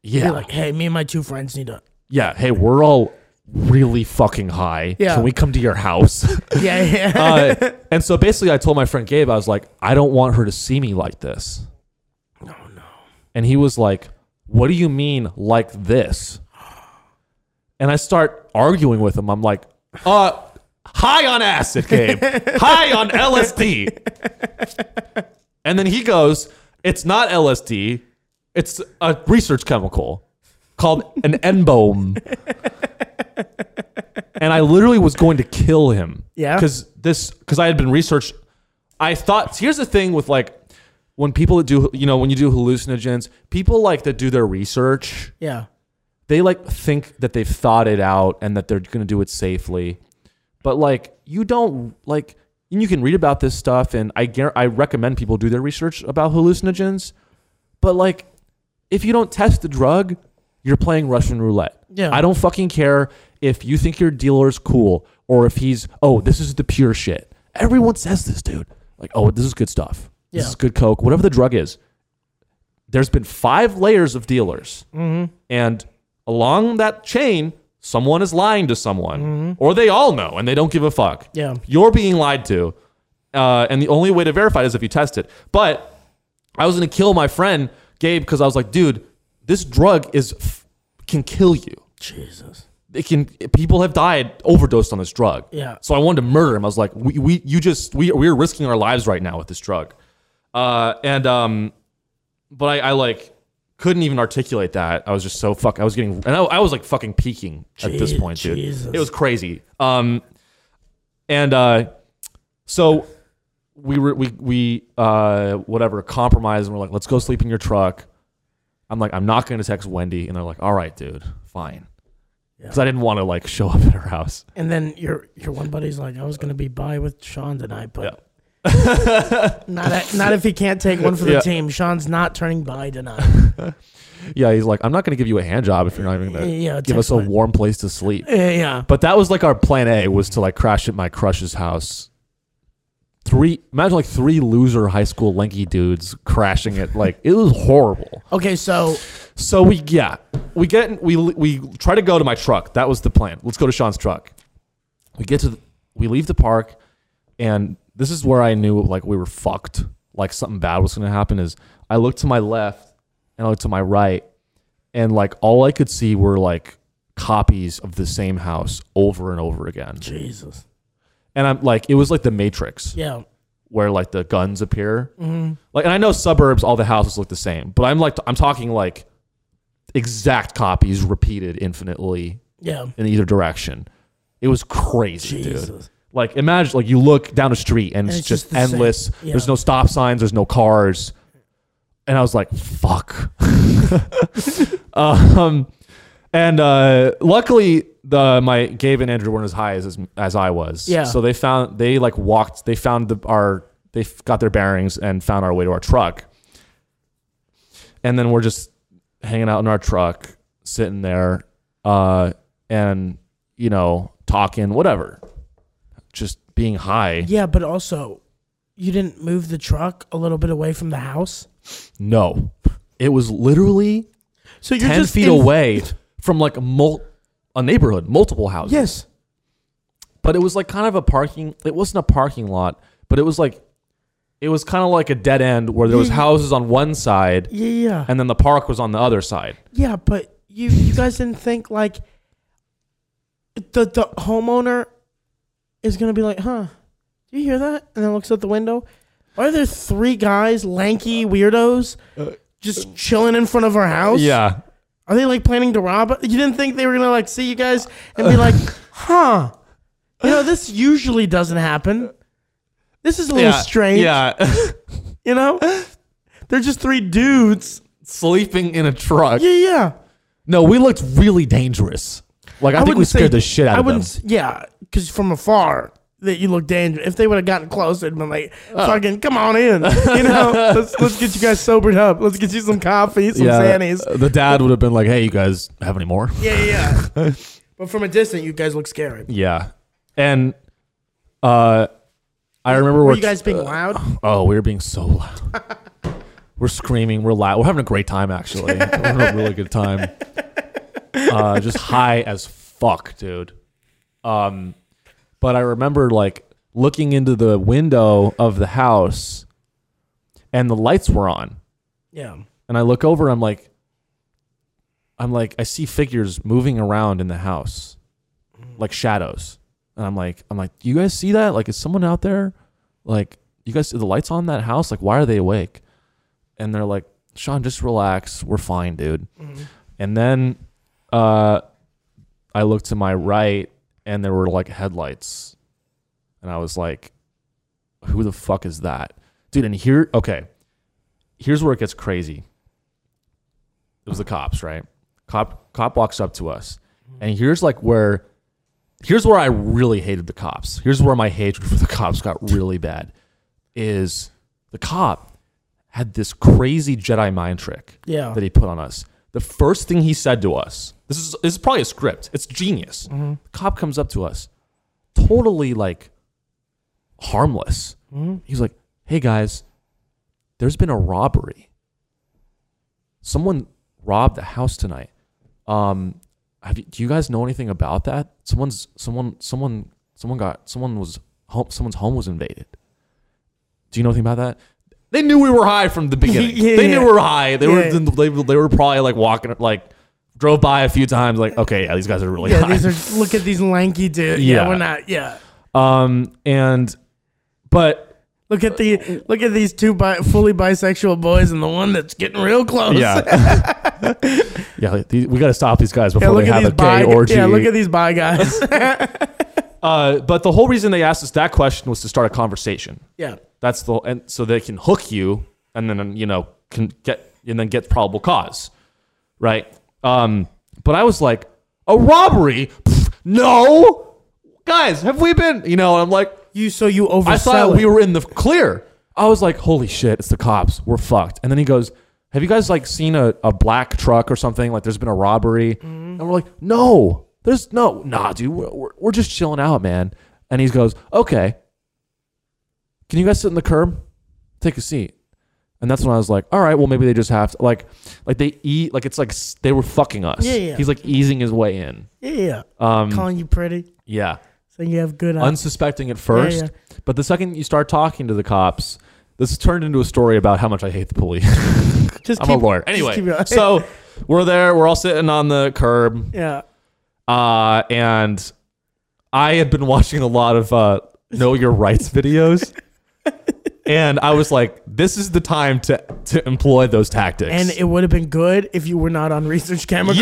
Yeah. You're like, hey, me and my two friends need to. yeah. Hey, we're all really fucking high. Yeah. Can we come to your house? Yeah, yeah. uh, and so basically, I told my friend Gabe, I was like, I don't want her to see me like this. no, no. And he was like, What do you mean like this? And I start arguing with him. I'm like, Uh, high on acid, Gabe. high on LSD. and then he goes, It's not LSD. It's a research chemical called an enbome. and I literally was going to kill him. Yeah. Because this, because I had been researched. I thought, here's the thing with like, when people that do, you know, when you do hallucinogens, people like that do their research Yeah. they like think that they've thought it out and that they're going to do it safely. But like you don't like and you can read about this stuff and I guar- I recommend people do their research about hallucinogens. But like if you don't test the drug, you're playing Russian roulette. Yeah. I don't fucking care if you think your dealer's cool or if he's oh, this is the pure shit. Everyone says this, dude. Like, oh, this is good stuff. This Yeah. is good coke, whatever the drug is. There's been five layers of dealers. Mm-hmm. And along that chain, someone is lying to someone, or they all know and they don't give a fuck. Mm-hmm. Yeah. You're being lied to. Uh, and the only way to verify it is if you test it. But I was going to kill my friend, Gabe, because I was like, dude, this drug is f- can kill you. Jesus. It can people have died overdosed on this drug. Yeah. So I wanted to murder him. I was like, we, we you just we we're risking our lives right now with this drug. Uh, and um, but I, I like couldn't even articulate that. I was just so fuck. I was getting and I, I was like fucking peaking at this Gee- point, dude. Jesus. It was crazy. Um, and uh, so we were we we uh whatever compromise and we're like, let's go sleep in your truck. I'm like, I'm not going to text Wendy, and they're like, all right, dude, fine. Because I didn't want to like show up at her house. And then your your one buddy's like, I was gonna be by with Sean tonight, but not at, not if he can't take one for the Yeah. team. Sean's not turning by tonight. Yeah, he's like, I'm not going to give you a hand job if you're not even going to Yeah, give us a text- warm place to sleep. yeah, yeah. But that was like our plan A was to like crash at my crush's house. Three imagine like three loser high school lanky dudes crashing it like it was horrible. Okay, so So we yeah we get we we try to go to my truck. That was the plan. Let's go to Sean's truck. We get to the, we leave the park, and this is where I knew like we were fucked. Like something bad was gonna happen. Is I looked to my left and I looked to my right, and like all I could see were like copies of the same house over and over again. Jesus. And I'm like, it was like the Matrix Yeah. where like the guns appear. Like, and I know suburbs, all the houses look the same, but I'm like, I'm talking like exact copies repeated infinitely Yeah. in either direction. It was crazy, dude. Jesus. Like, imagine like you look down a street and, it's, it's just, just the same. endless. Yeah. There's no stop signs. There's no cars. And I was like, fuck. um, and uh, luckily, the my Gabe and Andrew weren't as high as as I was. Yeah. So they found they like walked. They found the our. they f- got their bearings and found our way to our truck. And then we're just hanging out in our truck, sitting there, uh, and you know, talking, whatever, just being high. Yeah, but also, you didn't move the truck a little bit away from the house. No, it was literally So you're ten just feet in- away from like a, mul- a neighborhood, multiple houses. Yes. but it was like kind of a parking it wasn't a parking lot but it was like it was kind of like a dead end where there was Yeah. houses on one side Yeah, yeah, and then the park was on the other side yeah. But you, you guys didn't think like the the homeowner is gonna be like, huh? Do you hear that? And then looks out the window. Are there three guys, lanky weirdos, just chilling in front of our house? yeah Are they like planning to rob? You didn't think they were gonna like see you guys and be like, huh? You know, this usually doesn't happen. This is a little strange. yeah You know, they're just three dudes. sleeping in a truck Yeah, yeah. no we looked really dangerous like i, think we wouldn't say- scared the shit out I of them wouldn't. s- Yeah, because from afar that you look dangerous. If they would have gotten close, it'd been like, Oh. "Fucking come on in," you know. let's, let's get you guys sobered up. Let's get you some coffee, some sannies. the dad would have been like hey you guys have any more Yeah, yeah. yeah. but from a distance, you guys look scary. yeah and uh i remember Were we're you guys being loud? Oh, we were being so loud. we're screaming. We're loud. We're having a great time, actually. we're having a really good time. Uh, just high as fuck, dude. Um, but I remember like looking into the window of the house, and the lights were on. Yeah. And I look over. I'm like, I'm like, I see figures moving around in the house, like shadows. And I'm like, I'm like, do you guys see that? Like, is someone out there? Like, you guys, the lights on that house. Like, why are they awake? And they're like, Sean, just relax. We're fine, dude. And then, uh, I looked to my right, and there were like headlights, and I was like, who the fuck is that, dude? And here, okay, here's where it gets crazy. It was the cops, right? Cop cop walks up to us. And here's like where here's where I really hated the cops. Here's where my hatred for the cops got really bad. Is the cop had this crazy Jedi mind trick Yeah. that he put on us. The first thing he said to us, this is this is probably a script. It's genius. The cop comes up to us, totally like harmless. He's like, "Hey guys, there's been a robbery. Someone robbed the house tonight. Um, have you, do you guys know anything about that? Someone's someone someone someone got someone was home someone's home was invaded. Do you know anything about that? They knew we were high from the beginning. Yeah, they yeah. knew we were high. They Yeah. were they, they were probably like walking like drove by a few times like okay yeah these guys are really Yeah, high. these are look at these lanky dudes. Yeah. Yeah. we're not. Yeah, um and but look at the look at these two bi- fully bisexual boys and the one that's getting real close. Yeah. yeah, like, the- we got to stop these guys Yeah, before look they at have these a bi. gay orgy. Yeah, look at these bi guys. uh, but the whole reason they asked us that question was to start a conversation. yeah, That's the and so they can hook you and then you know can get and then get probable cause, right? Um, but I was like, a robbery? Pfft, no, guys, have we been? You know, and I'm like, you so you oversell. I thought it. we were in the clear. I was like, holy shit, it's the cops. We're fucked. And then he goes, have you guys like seen a, a black truck or something? Like there's been a robbery. Mm-hmm. And we're like, no, there's no, nah, dude, we're, we're, we're just chilling out, man. And he goes, okay, can you guys sit in the curb? Take a seat. And that's when I was like, all right, well, maybe they just have to, like, like they eat, like it's like s- they were fucking us. Yeah, yeah. He's like easing his way in. yeah, yeah. Um, calling you pretty, yeah saying you have good eyes. unsuspecting at first, but the second you start talking to the cops, this has turned into a story about how much I hate the police. just I'm keep, a lawyer. just keep Anyway, your- so we're there, we're all sitting on the curb, yeah, uh, and I had been watching a lot of uh, Know Your Rights videos. And I was like, this is the time to, to employ those tactics. and it would have been good if you were not on research chemical.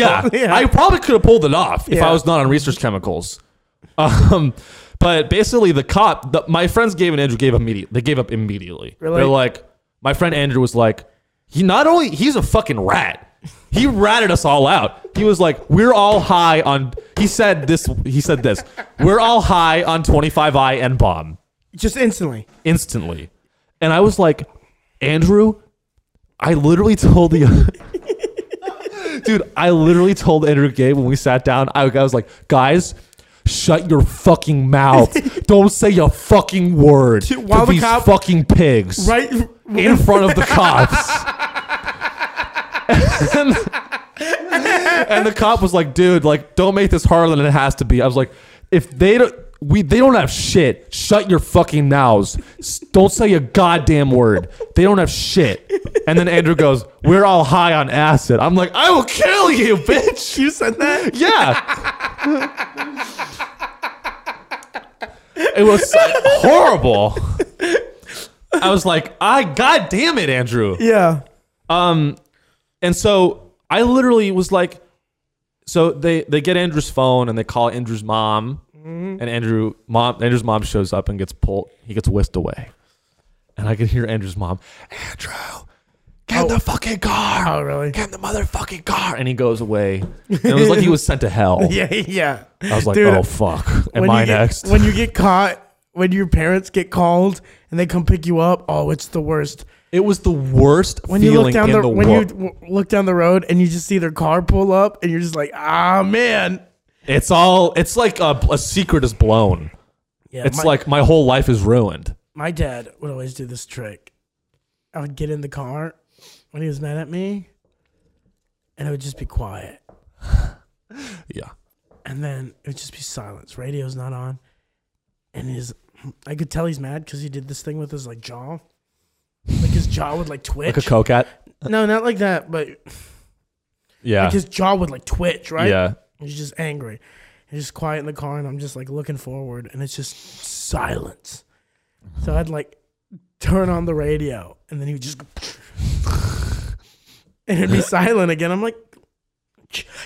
yeah, I probably could have pulled it off if Yeah. I was not on research chemicals. Um, but basically, the cop, the, my friends gave and Andrew gave immediately. They gave up immediately. Really? They're like, my friend Andrew was like, he not only he's a fucking rat. He ratted us all out. He was like, we're all high on. He said this. He said this. We're all high on 25i and bomb just instantly. instantly. And I was like, Andrew, I literally told the dude, I literally told Andrew Gay when we sat down, I, I was like, guys, shut your fucking mouth. Don't say a fucking word Dude, while to the these cop- fucking pigs Right? in front of the cops. and, and the cop was like, "Dude, like, don't make this harder than it has to be." I was like, "If they don't, we they don't have shit. Shut your fucking mouths. S- Don't say a goddamn word. They don't have shit." And then Andrew goes, "We're all high on acid." I'm like, "I will kill you, bitch." You said that? Yeah. it was so horrible. I was like, I god damn it, Andrew. Yeah. Um and so I literally was like so they they get Andrew's phone and they call Andrew's mom and Andrew mom Andrew's mom shows up and gets pulled he gets whisked away. And I could hear Andrew's mom, Andrew, get in the fucking car. Oh, really? Get in the motherfucking car. And he goes away. And it was like he was sent to hell. Yeah, yeah. I was like, Dude, oh fuck, am I you get, next? When you get caught, when your parents get called and they come pick you up, oh, it's the worst. it was the worst When feeling you look down in the, the, when you world. w- look down the road and you just see their car pull up and you're just like, ah, man. it's all. It's like a, a secret is blown. Yeah, It's my, like my whole life is ruined. my dad would always do this trick. I would get in the car when he was mad at me, and it would just be quiet. Yeah. and then it would just be silence. Radio's not on, and his I could tell he's mad because he did this thing with his like jaw, like his jaw would like twitch. Like a cocat. no, not like that, but Yeah. like his jaw would like twitch, right? Ah. Yeah. he's just angry. He's just quiet in the car, and I'm just like looking forward, and it's just silence. So I'd like turn on the radio, and then he would just, go and it'd be silent again. I'm like.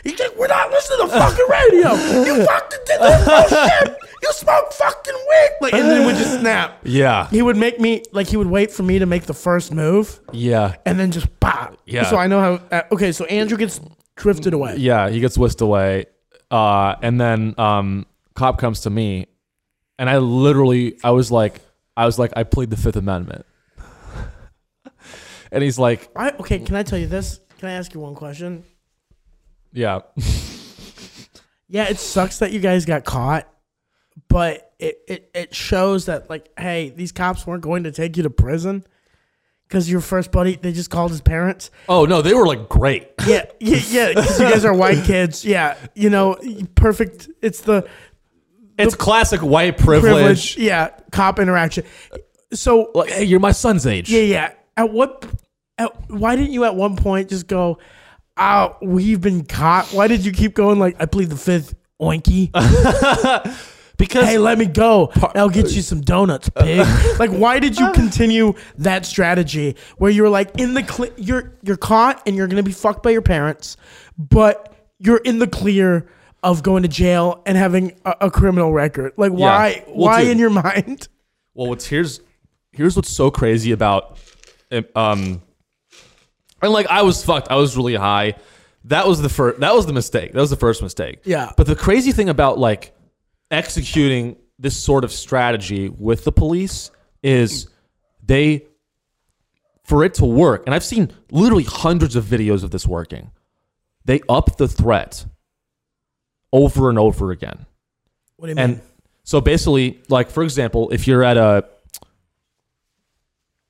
He's like, we're not listening to fucking radio. You fucking did this bullshit. You smoke fucking weed. Like, and then it would just snap. Yeah. He would make me like he would wait for me to make the first move, Yeah. and then just pop. Yeah. So I know how. Uh, okay, so Andrew gets drifted away. Yeah. He gets whisked away, uh, and then um, cop comes to me, and I literally, I was like, I was like, I plead the Fifth Amendment, and he's like, I, okay, can I tell you this? Can I ask you one question? yeah, Yeah, it sucks that you guys got caught, but it, it, it shows that, like, hey, these cops weren't going to take you to prison because your first buddy, they just called his parents. oh no, they were like great. Yeah, yeah, yeah, because you guys are white kids. Yeah, you know, perfect. It's the It's classic white privilege. privilege. Yeah, cop interaction. So, Like, hey, you're my son's age. yeah, yeah. At what, at, why didn't you at one point just go, oh, we've been caught? Why did you keep going, like, I plead the fifth, oinky? Because hey, let me go. I'll get you some donuts, pig. like, why did you continue that strategy where you're like in the cl- you're you're caught and you're gonna be fucked by your parents, but you're in the clear of going to jail and having a, a criminal record? Like, why? Well, why dude. in your mind? Well, what's here's here's what's so crazy about um and like I was fucked. I was really high. That was the first that was the mistake. That was the first mistake. Yeah. But the crazy thing about like executing this sort of strategy with the police is they for it to work. And I've seen literally hundreds of videos of this working. They up the threat over and over again. What do you And mean? so basically, like for example, if you're at a,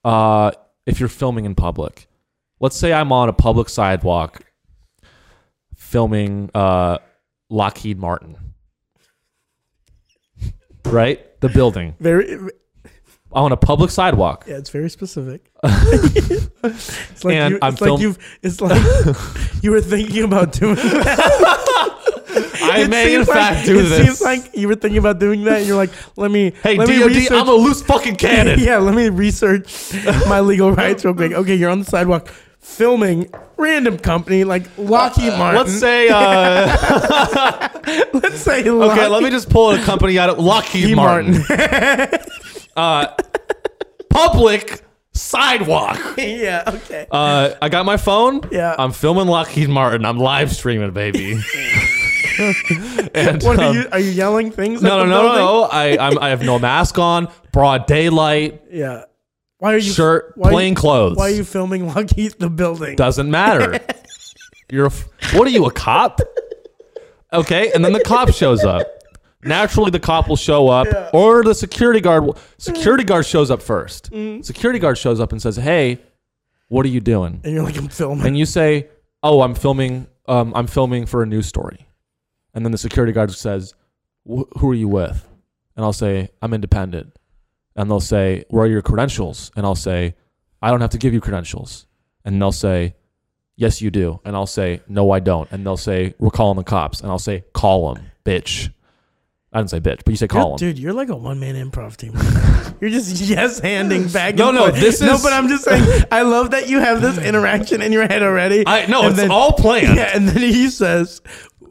uh, if you're filming in public, let's say I'm on a public sidewalk, filming uh, Lockheed Martin, right? The building. Very. I'm on a public sidewalk. Yeah, it's very specific. it's like And you, I'm it's like film- you've. It's like you were thinking about doing that. I may in seems fact like, do it this. seems like you were thinking about doing that. And you're like, let me. hey, let me DOD, research- I'm a loose fucking cannon. yeah, let me research my legal rights real quick. Okay, you're on the sidewalk filming random company like Lockheed Martin. Let's say, uh, let's say okay, let me just pull a company out of Lockheed Martin. public sidewalk. yeah, okay. Uh, I got my phone. Yeah. I'm filming Lockheed Martin. I'm live streaming, baby. and, what are um, you? Are you yelling things? No, at no, the no, no, building? no. I, I'm, I have no mask on. Broad daylight. Yeah, Why are you shirt, why are you- plain clothes. Why are you filming while he's in the building? Doesn't matter. You're a f- what are you a cop? Okay, and then the cop shows up. Naturally, the cop will show up, or the security guard. Mm. Will, security guard shows up first. Security guard shows up and says, "Hey, what are you doing?" and you're like, I'm filming. And you say, "Oh, I'm filming. Um, I'm filming for a news story." And then the security guard says, "Wh- "Who are you with?" And I'll say, "I'm independent." And they'll say, "Where are your credentials?" And I'll say, "I don't have to give you credentials." And they'll say, "Yes, you do." And I'll say, "No, I don't." And they'll say, "We're calling the cops." And I'll say, "Call them, bitch." I didn't say bitch, but you say You're- call them. dude, you're like a one man improv team. you're just yes handing back. No, and no, forth. this no. is- But I'm just saying, I love that you have this interaction in your head already. I no, And it's then- all planned. Yeah, and then he says,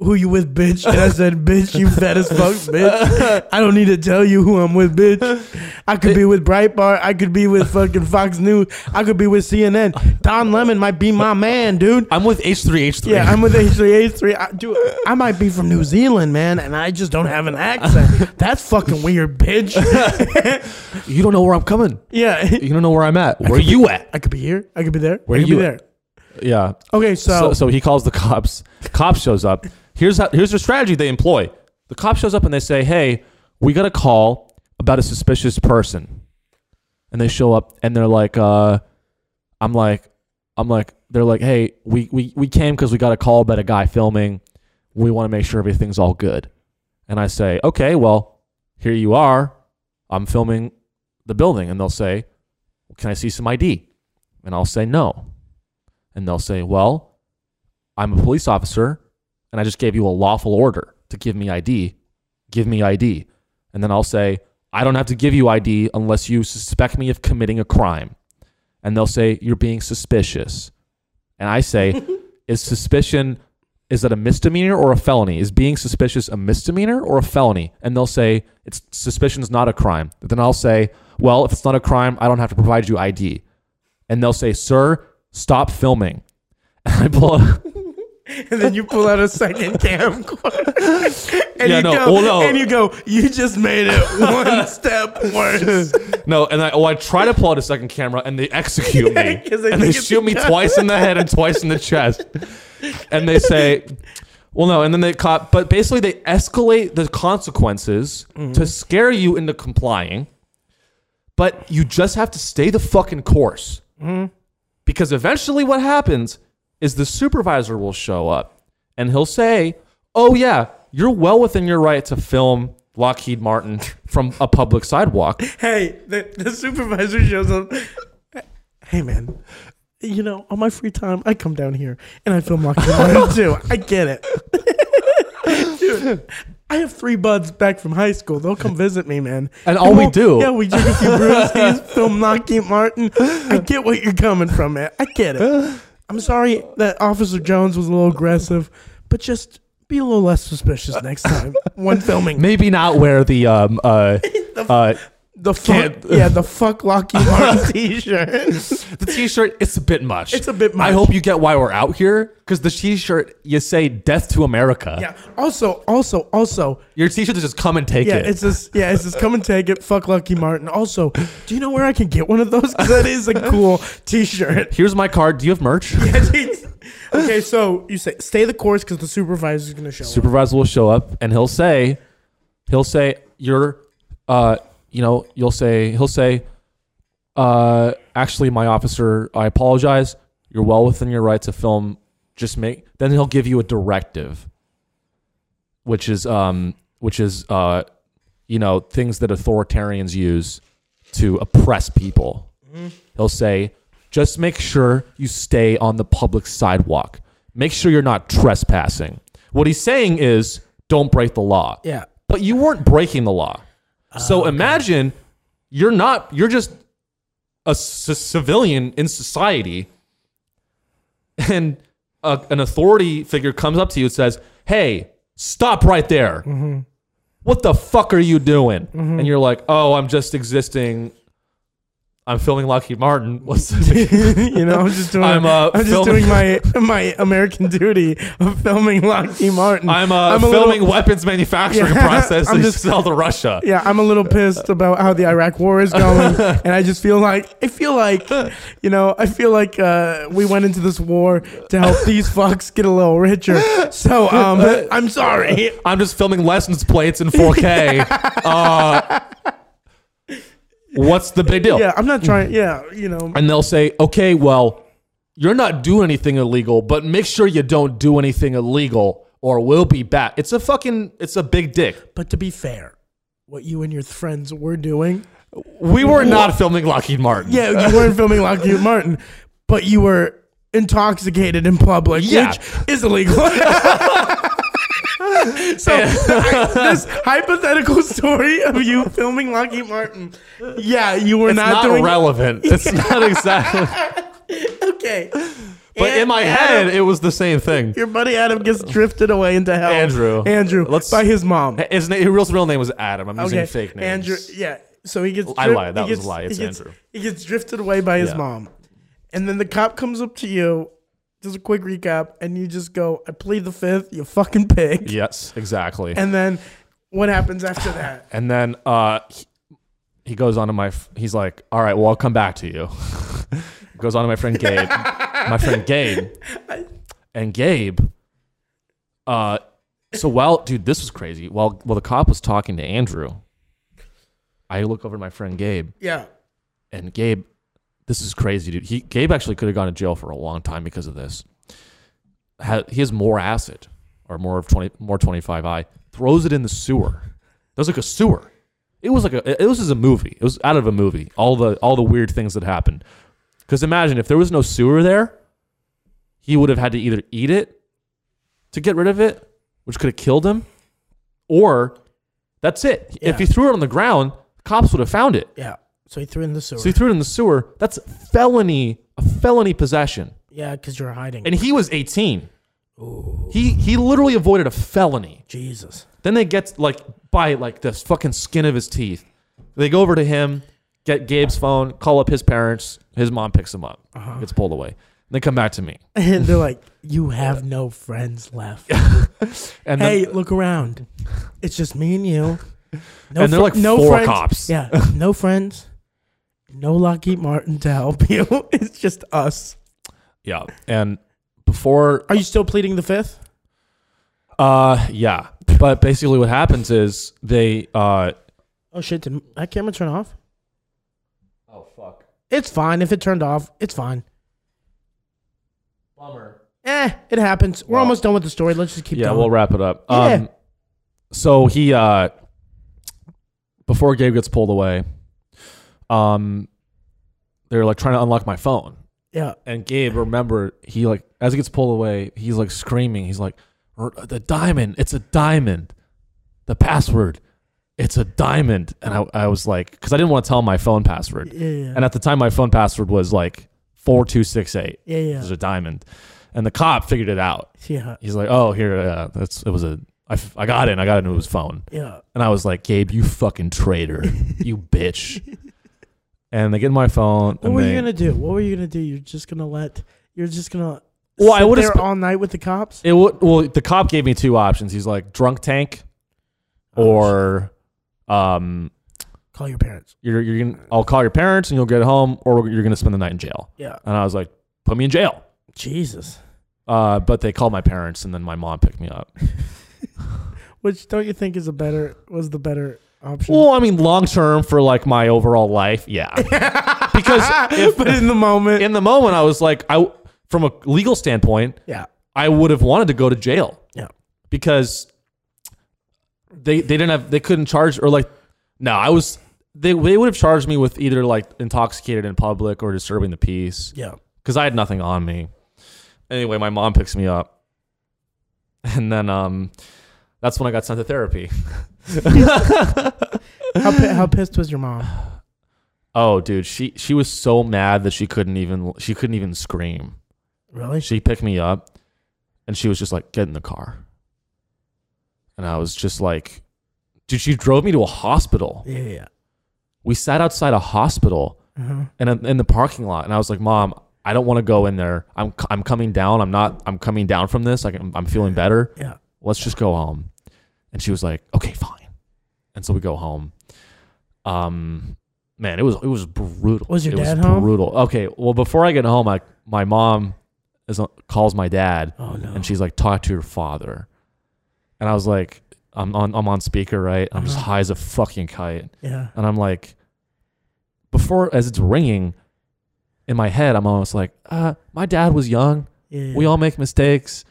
"Who you with, bitch?" And I said, "Bitch, you fat as fuck, bitch. I don't need to tell you who I'm with, bitch. I could be with Breitbart. I could be with fucking Fox News. I could be with CNN. Don Lemon might be my man, dude. I'm with H3H3. Yeah, I'm with H3H3. I, dude, I might be from New Zealand, man, and I just don't have an accent. That's fucking weird, bitch. you don't know where I'm coming. Yeah, You don't know where I'm at. Where are you at? I could be here. I could be there. Where I could you be at? there. Yeah. Okay, So, so, so he calls the cops. Cop shows up. Here's how, here's their strategy they employ. The cop shows up and they say, "Hey, we got a call about a suspicious person." And they show up and they're like, uh, "I'm like, I'm like." They're like, "Hey, we we we came because we got a call about a guy filming. We want to make sure everything's all good." And I say, "Okay, well, here you are. I'm filming the building." And they'll say, "Can I see some ID?" And I'll say, "No." And they'll say, "Well." I'm a police officer and I just gave you a lawful order to give me ID. Give me ID. And then I'll say, I don't have to give you ID unless you suspect me of committing a crime. And they'll say, You're being suspicious. And I say, Is suspicion, is that a misdemeanor or a felony? Is being suspicious a misdemeanor or a felony? And they'll say, It's suspicion's not a crime. Then I'll say, Well, if it's not a crime, I don't have to provide you ID. And they'll say, Sir, stop filming. And I pull up. and then you pull out a second camcorder, and Yeah, you no, go, well, no. and you go, you just made it one step worse. No, and I oh I try to pull out a second camera and they execute me. 'cause they and they think it's shoot a me gun. twice in the head and twice in the chest. And they say well no, and then they caught but basically they escalate the consequences Mm-hmm. to scare you into complying. But you just have to stay the fucking course. Mm-hmm. Because eventually what happens is the supervisor will show up and he'll say, Oh, yeah, you're well within your right to film Lockheed Martin from a public sidewalk. hey, the, the supervisor shows up. Hey, man. You know, on my free time, I come down here and I film Lockheed Martin too. I get it. Dude, I have three buds back from high school. They'll come visit me, man. And all we we'll- do- Yeah, we drink a few brewskis, film Lockheed Martin. I get what you're coming from, man. I get it. I'm sorry that Officer Jones was a little aggressive, but just be a little less suspicious next time when filming. Maybe not wear the um uh, uh The fuck, Can't- yeah, the fuck Lockheed Martin T-shirt. the t-shirt. It's a bit much. It's a bit much. I hope you get why we're out here because the t-shirt you say "Death to America." yeah. Also, also, also. Your t-shirt is just come and take Yeah, it. it's this. Yeah, it's this. Come and take it. Fuck Lucky Martin. Also, do you know where I can get one of those? 'Cause that is a cool T-shirt. Here's my card. Do you have merch? okay, so you say stay the course because the supervisor's gonna show up. Supervisor will show up and he'll say, he'll say you're, uh, you know, you'll say he'll say, uh, actually, my officer, I apologize. You're well within your right to film. Just make. Then he'll give you a directive. which is um, which is uh, you know things that authoritarians use to oppress people. He'll say, just make sure you stay on the public sidewalk. Make sure you're not trespassing. What he's saying is, don't break the law. Yeah. But you weren't breaking the law. so imagine you're not. You're just a c- civilian in society and a, an authority figure comes up to you and says, "Hey, stop right there! Mm-hmm. What the fuck are you doing?" And you're like, "Oh, I'm just existing. I'm filming Lockheed Martin. What's the you know, I'm just doing. I'm, uh, I'm just doing filming- my my American duty of filming Lockheed Martin. I'm, uh, I'm a little- filming weapons manufacturing Yeah, process I'm to just- sell to Russia. yeah, I'm a little pissed about how the Iraq War is going, and I just feel like I feel like, you know, I feel like uh, we went into this war to help these fucks get a little richer. So um, I'm sorry. I'm just filming license plates in 4K. uh, what's the big deal? Yeah, I'm not trying. Yeah, you know, And they'll say, okay, well, you're not doing anything illegal, but make sure you don't do anything illegal or we'll be back. It's a fucking, it's a big dick. But to be fair, what you and your friends were doing. We were not filming Lockheed Martin. Yeah, you weren't filming Lockheed Martin, but you were intoxicated in public, Yeah. which is illegal. so this hypothetical story of you filming Lockheed Martin, yeah, you were It's not, not, doing relevant. It's not exactly. okay. But in my head, it was the same thing. your buddy Adam gets drifted away into hell. Andrew. Andrew, Let's- by his mom. His, name, his real- real name was Adam. I'm using Okay, fake names. Andrew. Yeah. So he gets. I drif- lied. That he was a gets- lie. It's he gets- Andrew. He gets drifted away by his Yeah. mom, and then the cop comes up to you, does a quick recap, and you just go, "I plead the fifth, you fucking pig." Yes, exactly. And then what happens after that? And then uh, he, he goes on to my, f- he's like, all right, well, I'll come back to you. goes on to my friend Gabe. my friend Gabe. And Gabe, uh, so while, dude, this was crazy. While, while the cop was talking to Andrew, I look over to my friend Gabe Yeah. and Gabe, this is crazy, dude. He, Gabe actually could have gone to jail for a long time because of this. Ha- he has more acid or more of 20, more 25i, throws it in the sewer. That was like a sewer. It was like a, it was just a movie. It was out of a movie. All the, all the weird things that happened. Cause imagine if there was no sewer there, he would have had to either eat it to get rid of it, which could have killed him, or that's it. Yeah. If he threw it on the ground, cops would have found it. Yeah. So he threw in the sewer. So he threw it in the sewer. That's felony, a felony possession. yeah, because you're hiding. And he was 18. He he literally avoided a felony. Jesus. Then they get like by like this fucking skin of his teeth. They go over to him, get Gabe's phone, call up his parents. His mom picks him up, Uh-huh. gets pulled away. Then come back to me. And they're like, "You have no friends left." And hey, then, look around. It's just me and you. No And they're fri- like four friends. cops. Yeah, no friends. No Lockheed Martin to help you. It's just us. yeah, and before Are you still pleading the fifth? uh yeah, but basically what happens is they uh Oh shit! Did that camera turn off? oh fuck It's fine. If it turned off, it's fine. bummer Eh, it happens. We're Wow. almost done with the story. Let's just keep yeah, going. we'll wrap it up. Yeah. Um, so he, uh, before Gabe gets pulled away, um, they're like trying to unlock my phone, yeah, and Gabe, remember, he like as he gets pulled away, he's like screaming. He's like, "R- "The diamond! It's a diamond! The password! It's a diamond!" And I, I was like, because I didn't want to tell him my phone password, yeah, yeah, and at the time, my phone password was like four two six eight. yeah, It was yeah. a diamond, and the cop figured it out yeah. he's like, oh, here, uh, that's it was a, I, f- I got it, and I got it into his phone, yeah. and I was like, Gabe, you fucking traitor, you bitch. And they get my phone. What and were they- you gonna do? What were you gonna do? You're just gonna let. You're just gonna. Well, I sit would've there sp- all night with the cops. It w- well, the cop gave me two options. He's like, drunk tank, Oh, or, um, Call your parents. you're you're gonna, I'll call your parents and you'll get home, or you're gonna spend the night in jail. Yeah. And I was like, put me in jail. Jesus. Uh, but they called my parents, and then my mom picked me up. Which don't you think is a better was the better option? Well, I mean, long term for like my overall life, yeah. because if, but in the moment, in the moment I was like I from a legal standpoint yeah, I would have wanted to go to jail yeah, because they they didn't have they couldn't charge or like no I was they they would have charged me with either like intoxicated in public or disturbing the peace yeah. because I had nothing on me anyway my mom picks me up and then um that's when I got sent to therapy How, pi- how pissed was your mom? oh dude she she was so mad that she couldn't even she couldn't even scream Really? she picked me up and she was just like get in the car and i was just like dude she drove me to a hospital Yeah, yeah. we sat outside a hospital Mm-hmm. and I'm in the parking lot. And I was like, Mom, I don't want to go in there. I'm c- I'm coming down. I'm not. I'm coming down from this. Like I'm, I'm feeling better. Yeah. Let's just go home. And she was like, Okay, fine. And so we go home. Um, man, it was it was brutal. Was your it dad was home? Brutal. Okay. Well, before I get home, I, my mom is, uh, calls my dad Oh no. and she's like, "Talk to your father," and I was like, "I'm on, I'm on speaker, right? I'm just Uh-huh. high as a fucking kite," yeah. and I'm like, before as it's ringing, in my head, I'm almost like, "Uh, my dad was young. Yeah. We all make mistakes,"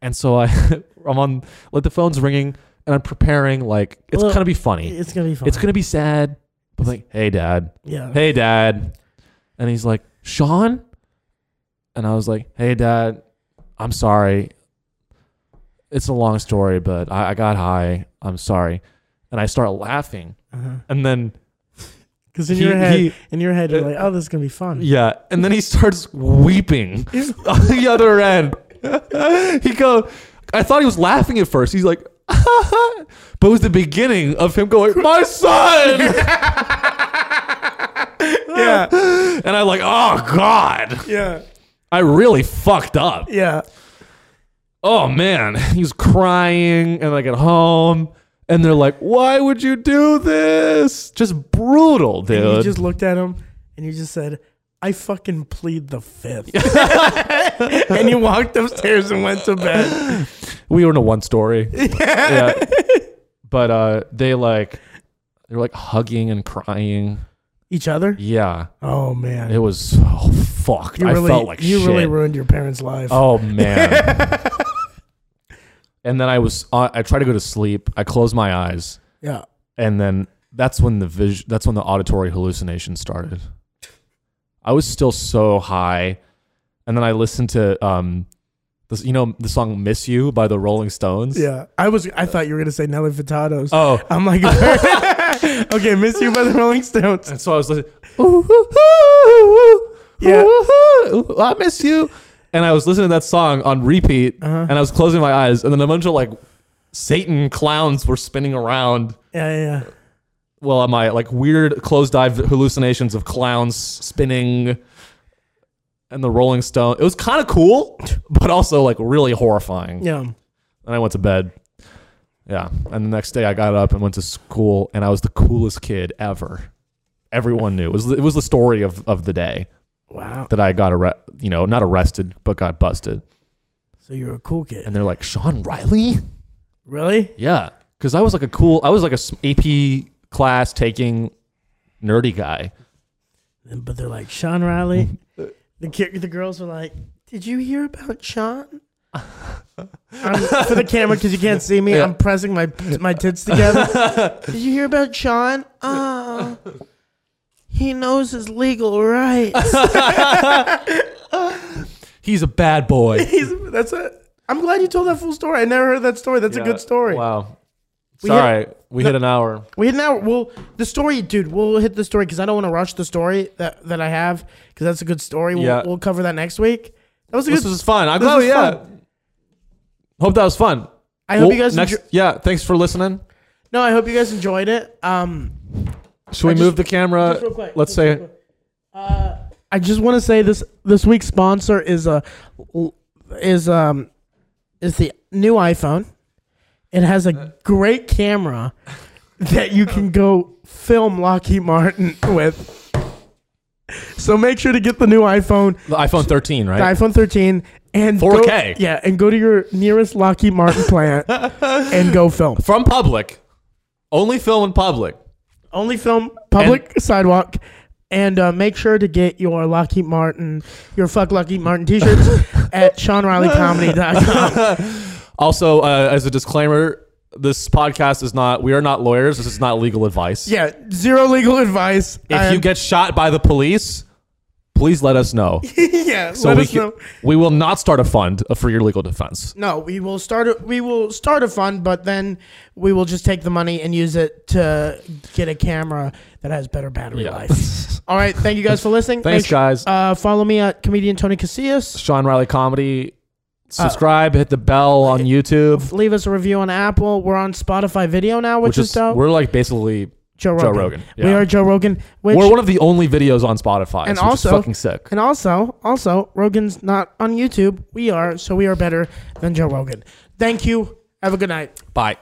and so I, I'm on, like the phone's ringing, and I'm preparing, like it's Well, gonna be funny, It's gonna be fun. it's gonna be sad, but like, hey, dad, yeah. hey dad and he's like sean and i was like hey dad i'm sorry it's a long story but i, I got high i'm sorry and i start laughing and then Because Mm-hmm. in He- your head, he- in your head, you're like, oh, this is gonna be fun. yeah and then he starts weeping on the other end he go i thought he was laughing at first he's like but it was the beginning of him going my son Yeah. and i'm like oh god Yeah. i really fucked up Yeah. oh man, he was crying, and I get home, and they're like, "Why would you do this?" Just brutal, dude. You just looked at him and you just said, I fucking plead the fifth. and you walked upstairs and went to bed. we were in a one story, yeah. But uh, they like, they were like hugging and crying. Each other? Yeah, Oh man. it was so fucked. You I really felt like you shit. really ruined your parents' life. Oh man. and then I was, uh, I tried to go to sleep. I closed my eyes, Yeah. and then that's when the vision that's when the auditory hallucination started i was still so high and then i listened to um this you know the song miss you by the rolling stones Yeah. I was I thought you were gonna say Nelly Furtado's. oh I'm like Okay, miss you by the Rolling Stones. and so i was listening ooh, ooh, ooh, Yeah. ooh, ooh, i miss you and i was listening to that song on repeat and i was closing my eyes and then a bunch of like satan clowns were spinning around Yeah, yeah, yeah. well my like weird closed eye hallucinations of clowns spinning and the rolling stone it was kind of cool but also like really horrifying Yeah. and i went to bed yeah and the next day i got up and went to school and i was the coolest kid ever everyone knew it was it was the story of, of the day Wow. that i got arre- you know not arrested but got busted So you're a cool kid. and they're like sean riley Really? yeah because i was like a cool i was like a s- ap class taking nerdy guy And- But they're like, Sean Riley. The ki- the girls were like, Did you hear about Sean? I'm, for the camera, because you can't see me, Yeah. I'm pressing my my tits together. Did you hear about Sean? Ah, he knows his legal rights. He's a bad boy. He's, that's a. I'm glad you told that full story. I never heard that story. That's a good story. Wow. We Sorry, we hit an hour. We had now. Well, the story, dude. We'll hit the story because I don't want to rush the story that, that I have because that's a good story. We'll, Yeah. we'll cover that next week. That was a This good. was fun. I'm this glad. was Yeah. fun. Hope that was fun. I hope you guys. Next, enjo- yeah. Thanks for listening. no, I hope you guys enjoyed it. Um, Should we just- move the camera? just real quick, Uh, Let's just say real quick. Uh, I just want to say this. This week's sponsor is a is um is the new iPhone. It has a great camera that you can go film Lockheed Martin with. So make sure to get the new iPhone. the iPhone 13, right? the iPhone 13 and go- 4K. yeah, and go to your nearest Lockheed Martin plant and go film. From public, only film in public. Only film public sidewalk. And uh, make sure to get your Lockheed Martin, your fuck Lockheed Martin t-shirts at SeanRileyComedy.com. Also, uh, as a disclaimer, this podcast is not. We are not lawyers. This is not legal advice. Yeah, um, zero legal advice. If you get shot by the police, please let us know. yeah, let we us can- know. we will not start a fund uh, for your legal defense. No, we will start. A, we will start a fund, but then we will just take the money and use it to get a camera that has better battery Yeah. life. All right, thank you guys for listening. Thanks, Make- guys. Uh, follow me at comedian Tony Casillas. Sean Riley Comedy. Uh, Subscribe, hit the bell on YouTube, Leave us a review on Apple. We're on Spotify Video now, which, which is, is dope. we're like basically Joe Joe Rogan. Rogan, We yeah. are Joe Rogan. Which We're one of the only videos on Spotify, And and also- also fucking sick. and also also Rogan's not on YouTube. We are, so we are better than Joe Rogan. Thank you. Have a good night. Bye.